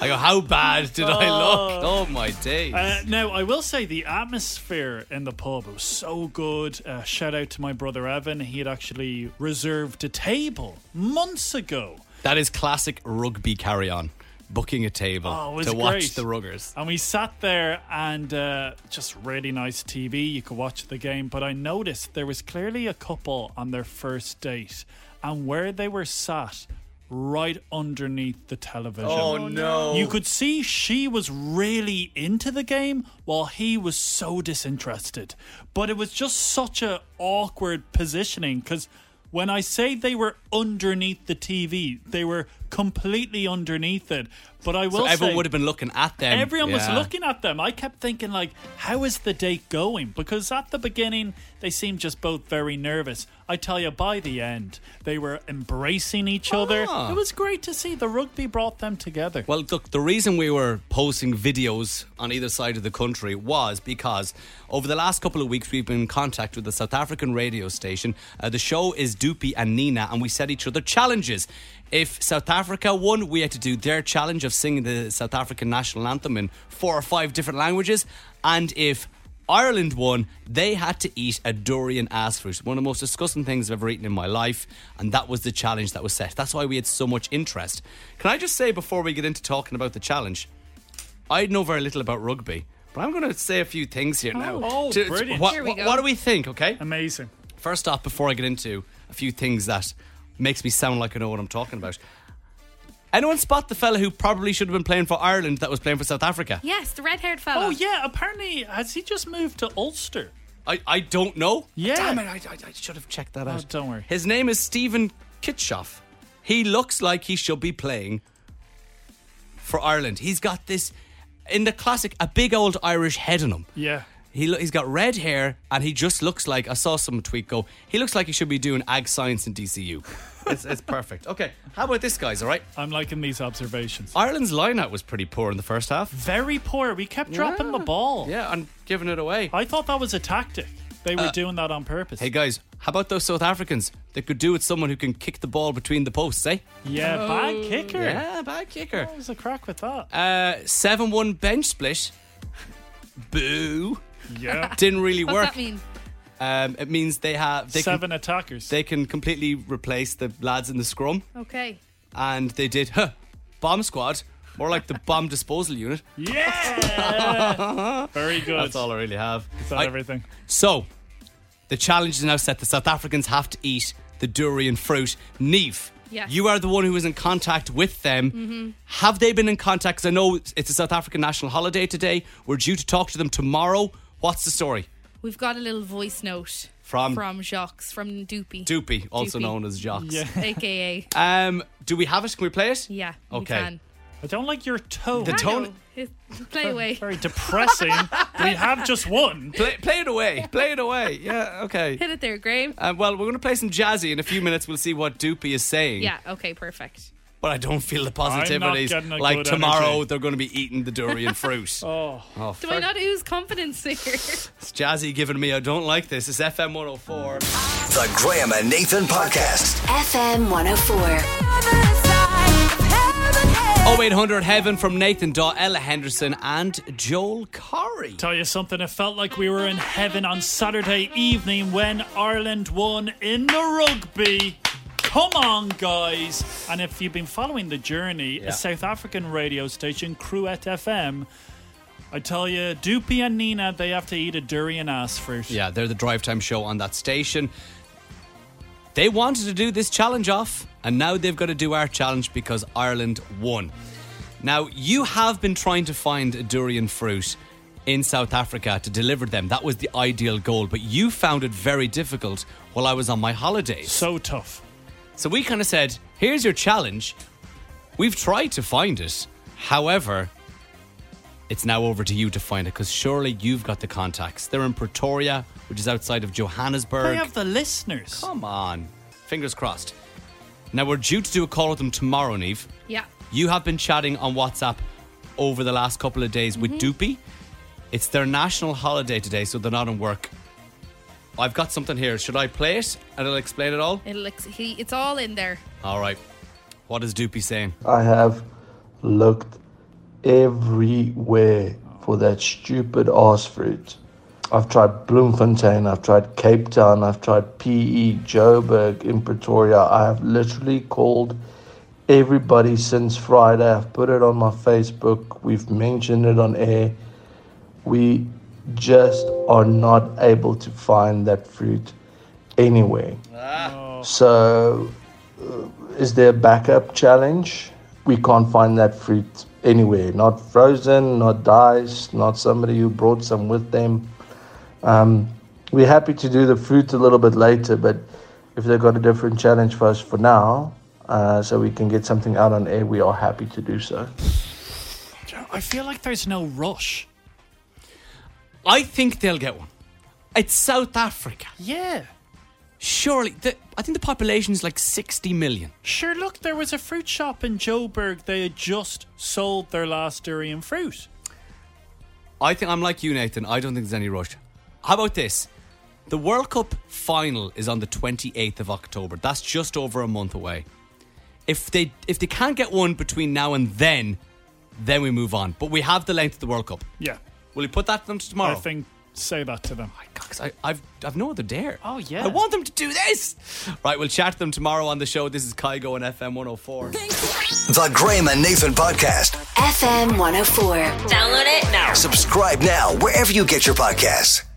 Speaker 1: I go, how bad did I look? Oh my days.
Speaker 2: Uh, now, I will say the atmosphere in the pub it was so good. Uh, shout out to my brother Evan. He had actually reserved a table months ago.
Speaker 1: That is classic rugby carry on. Booking a table
Speaker 2: Oh, it was
Speaker 1: to watch
Speaker 2: great.
Speaker 1: the Ruggers.
Speaker 2: And we sat there and uh, just really nice TV. You could watch the game, but I noticed there was clearly a couple on their first date, and where they were sat, right underneath the television.
Speaker 3: Oh, Oh, no. no.
Speaker 2: You could see she was really into the game, while he was so disinterested. But it was just such a awkward positioning because. When I say they were underneath the TV, they were completely underneath it. But I will
Speaker 1: So everyone
Speaker 2: say-
Speaker 1: would have been looking at them.
Speaker 2: Everyone was
Speaker 1: Yeah.
Speaker 2: looking at them. I kept thinking, like, how is the date going? Because at the beginning, they seemed just both very nervous. I tell you, by the end, they were embracing each other.
Speaker 1: Ah.
Speaker 2: It was great to see. The rugby brought them together.
Speaker 1: Well, look, the reason we were posting videos on either side of the country was because over the last couple of weeks we've been in contact with the South African radio station. Uh, the show is Doopy and Nina, and we set each other challenges. If South Africa won, we had to do their challenge of singing the South African national anthem in four or five different languages. And if Ireland won, they had to eat a durian ass fruit. One of the most disgusting things I've ever eaten in my life. And that was the challenge that was set. That's why we had so much interest. Can I just say before we get into talking about the challenge, I know very little about rugby, but I'm going to say a few things here now.
Speaker 2: Oh,
Speaker 1: To- to-
Speaker 2: brilliant.
Speaker 1: What,
Speaker 2: Here we
Speaker 1: what-
Speaker 2: go.
Speaker 1: what do we think, okay?
Speaker 2: Amazing.
Speaker 1: First off, before I get into a few things that makes me sound like I know what I'm talking about. Anyone spot the fella who probably should have been playing for Ireland that was playing for South Africa?
Speaker 4: Yes, the red haired fellow.
Speaker 2: Oh, yeah. Apparently, has he just moved to Ulster?
Speaker 1: I, I don't know.
Speaker 2: Yeah.
Speaker 1: Damn it, I, I, I should have checked that out.
Speaker 2: don't worry.
Speaker 1: His name is Stephen Kitschoff. He looks like he should be playing for Ireland. He's got this, in the classic, a big old Irish head on him.
Speaker 2: Yeah.
Speaker 1: He, lo- he's got red hair and he just looks like, I saw some tweet go, he looks like he should be doing ag science in DCU. it's, it's perfect. Okay, how about this, guys, all right?
Speaker 2: I'm liking these observations.
Speaker 1: Ireland's lineout was pretty poor in the first half.
Speaker 2: Very poor. We kept dropping the ball.
Speaker 1: Yeah, and giving it away.
Speaker 2: I thought that was a tactic. They were
Speaker 1: Uh,
Speaker 2: doing that on purpose.
Speaker 1: Hey guys, how about those South Africans that could do with someone who can kick the ball between the posts, eh?
Speaker 2: Yeah, bad kicker.
Speaker 1: Oh. Yeah, bad kicker.
Speaker 2: What was the crack with that?
Speaker 1: Uh, 7 1 bench split. Boo.
Speaker 2: Yeah.
Speaker 1: Didn't really
Speaker 4: What's
Speaker 1: work.
Speaker 4: that mean?
Speaker 1: Um, it means they have they
Speaker 2: Seven
Speaker 1: can,
Speaker 2: attackers.
Speaker 1: They can completely replace the lads in the scrum,
Speaker 4: Okay.
Speaker 1: and they did huh, bomb squad, more like the bomb disposal unit.
Speaker 2: Yeah. Very good.
Speaker 1: That's all I really have.
Speaker 2: Is that
Speaker 1: I-
Speaker 2: everything?
Speaker 1: So, the challenge is now set. The South Africans have to eat the durian fruit. Neve,
Speaker 4: Yes.
Speaker 1: you are the one who was in contact with them.
Speaker 4: Mhm.
Speaker 1: Have they been in contact? Because I know it's a South African national holiday today. We're due to talk to them tomorrow. What's the story?
Speaker 4: We've got a little voice note
Speaker 1: From-
Speaker 4: from Jacques, from Doopy.
Speaker 1: Doopy, Um, also
Speaker 4: Doopy.
Speaker 1: known as Jocks.
Speaker 4: AKA.
Speaker 1: Um, do we have it? Can we play it?
Speaker 4: Yeah. we
Speaker 1: Okay.
Speaker 4: can.
Speaker 2: I don't like your tone.
Speaker 1: The tone.
Speaker 4: Play away.
Speaker 2: Very depressing. we have just one.
Speaker 1: Play, play it away. Play it away. Yeah. Okay.
Speaker 4: Hit it there, Graham.
Speaker 1: Um, well, we're going to play some jazzy in a few minutes. We'll see what Doopy is saying.
Speaker 4: Yeah, okay, perfect.
Speaker 1: But I don't feel the
Speaker 2: I'm not
Speaker 1: positivities.
Speaker 2: getting a
Speaker 1: Like
Speaker 2: good
Speaker 1: tomorrow,
Speaker 2: energy.
Speaker 1: they're going to be eating the durian fruit.
Speaker 2: oh.
Speaker 1: oh
Speaker 4: Do I not ooze confidence here?
Speaker 1: It's Jazzy giving me, I don't like this. It's FM 104.
Speaker 5: The Graham and Nathan Podcast.
Speaker 15: FM 104.
Speaker 1: 0800 Heaven from Nathan Daw, Ella Henderson, and Joel Corey.
Speaker 2: Tell you something, it felt like we were in heaven on Saturday evening when Ireland won in the rugby. Come on, guys. And if you've been following the journey,
Speaker 1: Yeah.
Speaker 2: a South African radio station, Cruet FM, I tell you, Doopy and Nina, they have to eat a durian ass fruit.
Speaker 1: Yeah, they're the drive time show on that station. They wanted to do this challenge off, and now they've got to do our challenge because Ireland won. Now, you have been trying to find a durian fruit in South Africa to deliver them. That was the ideal goal, but you found it very difficult while I was on my holidays.
Speaker 2: So tough.
Speaker 1: So we kind of said, here's your challenge. We've tried to find it. However, it's now over to you to find it because surely you've got the contacts. They're in Pretoria, which is outside of
Speaker 2: They
Speaker 1: Johannesburg.
Speaker 2: have the listeners.
Speaker 1: Come on. Fingers crossed. Now we're due to do a call with them tomorrow, Neve.
Speaker 4: yeah.
Speaker 1: You have been chatting on WhatsApp over the last couple of days with Doopy. It's their national holiday today, so they're not in work. I've got something here. Should I play it and it'll explain it all?
Speaker 4: It looks he it's all in there.
Speaker 1: All right. What is Doopy saying?
Speaker 16: I have looked everywhere for that stupid ass fruit. I've tried Bloemfontein, I've tried Cape E Town, I've tried PE, Joburg, in Pretoria. I have literally called everybody since Friday. I've put it on my Facebook. We've mentioned it on air. We just are not able to find that fruit anywhere.
Speaker 1: Ah.
Speaker 16: So, uh, is there a backup challenge? We can't find that fruit anywhere. Not frozen, not diced, not somebody who brought some with them. Um, we're happy to do the fruit a little bit later, but if they've got a different challenge for us for now, uh, so we can get something out on air, we are happy to do so.
Speaker 2: I feel like there's no rush.
Speaker 1: I think they'll get one. It's South Africa.
Speaker 2: Yeah.
Speaker 1: Surely, the, I think the population is like 60 million.
Speaker 2: Sure, look, there was a fruit shop in Joburg. They had just sold their last durian fruit.
Speaker 1: I think I'm like you, Nathan. I don't think there's any rush. How about this? The World Cup final is on the 28th of October. That's just over a month away. If they if they can't get one between now and then, then we move on. But we have the length of the World Cup.
Speaker 2: Yeah.
Speaker 1: Will you put that to them tomorrow?
Speaker 2: I think say that to them.
Speaker 1: Because I, I've, I've no other dare.
Speaker 2: Oh, yeah.
Speaker 1: I want them to do this. Right, we'll chat to them tomorrow on the show. This is Kygo and FM 104.
Speaker 5: The Graham and Nathan Podcast.
Speaker 6: oh
Speaker 15: FM 104. Download it now.
Speaker 5: Subscribe now wherever you get your podcasts.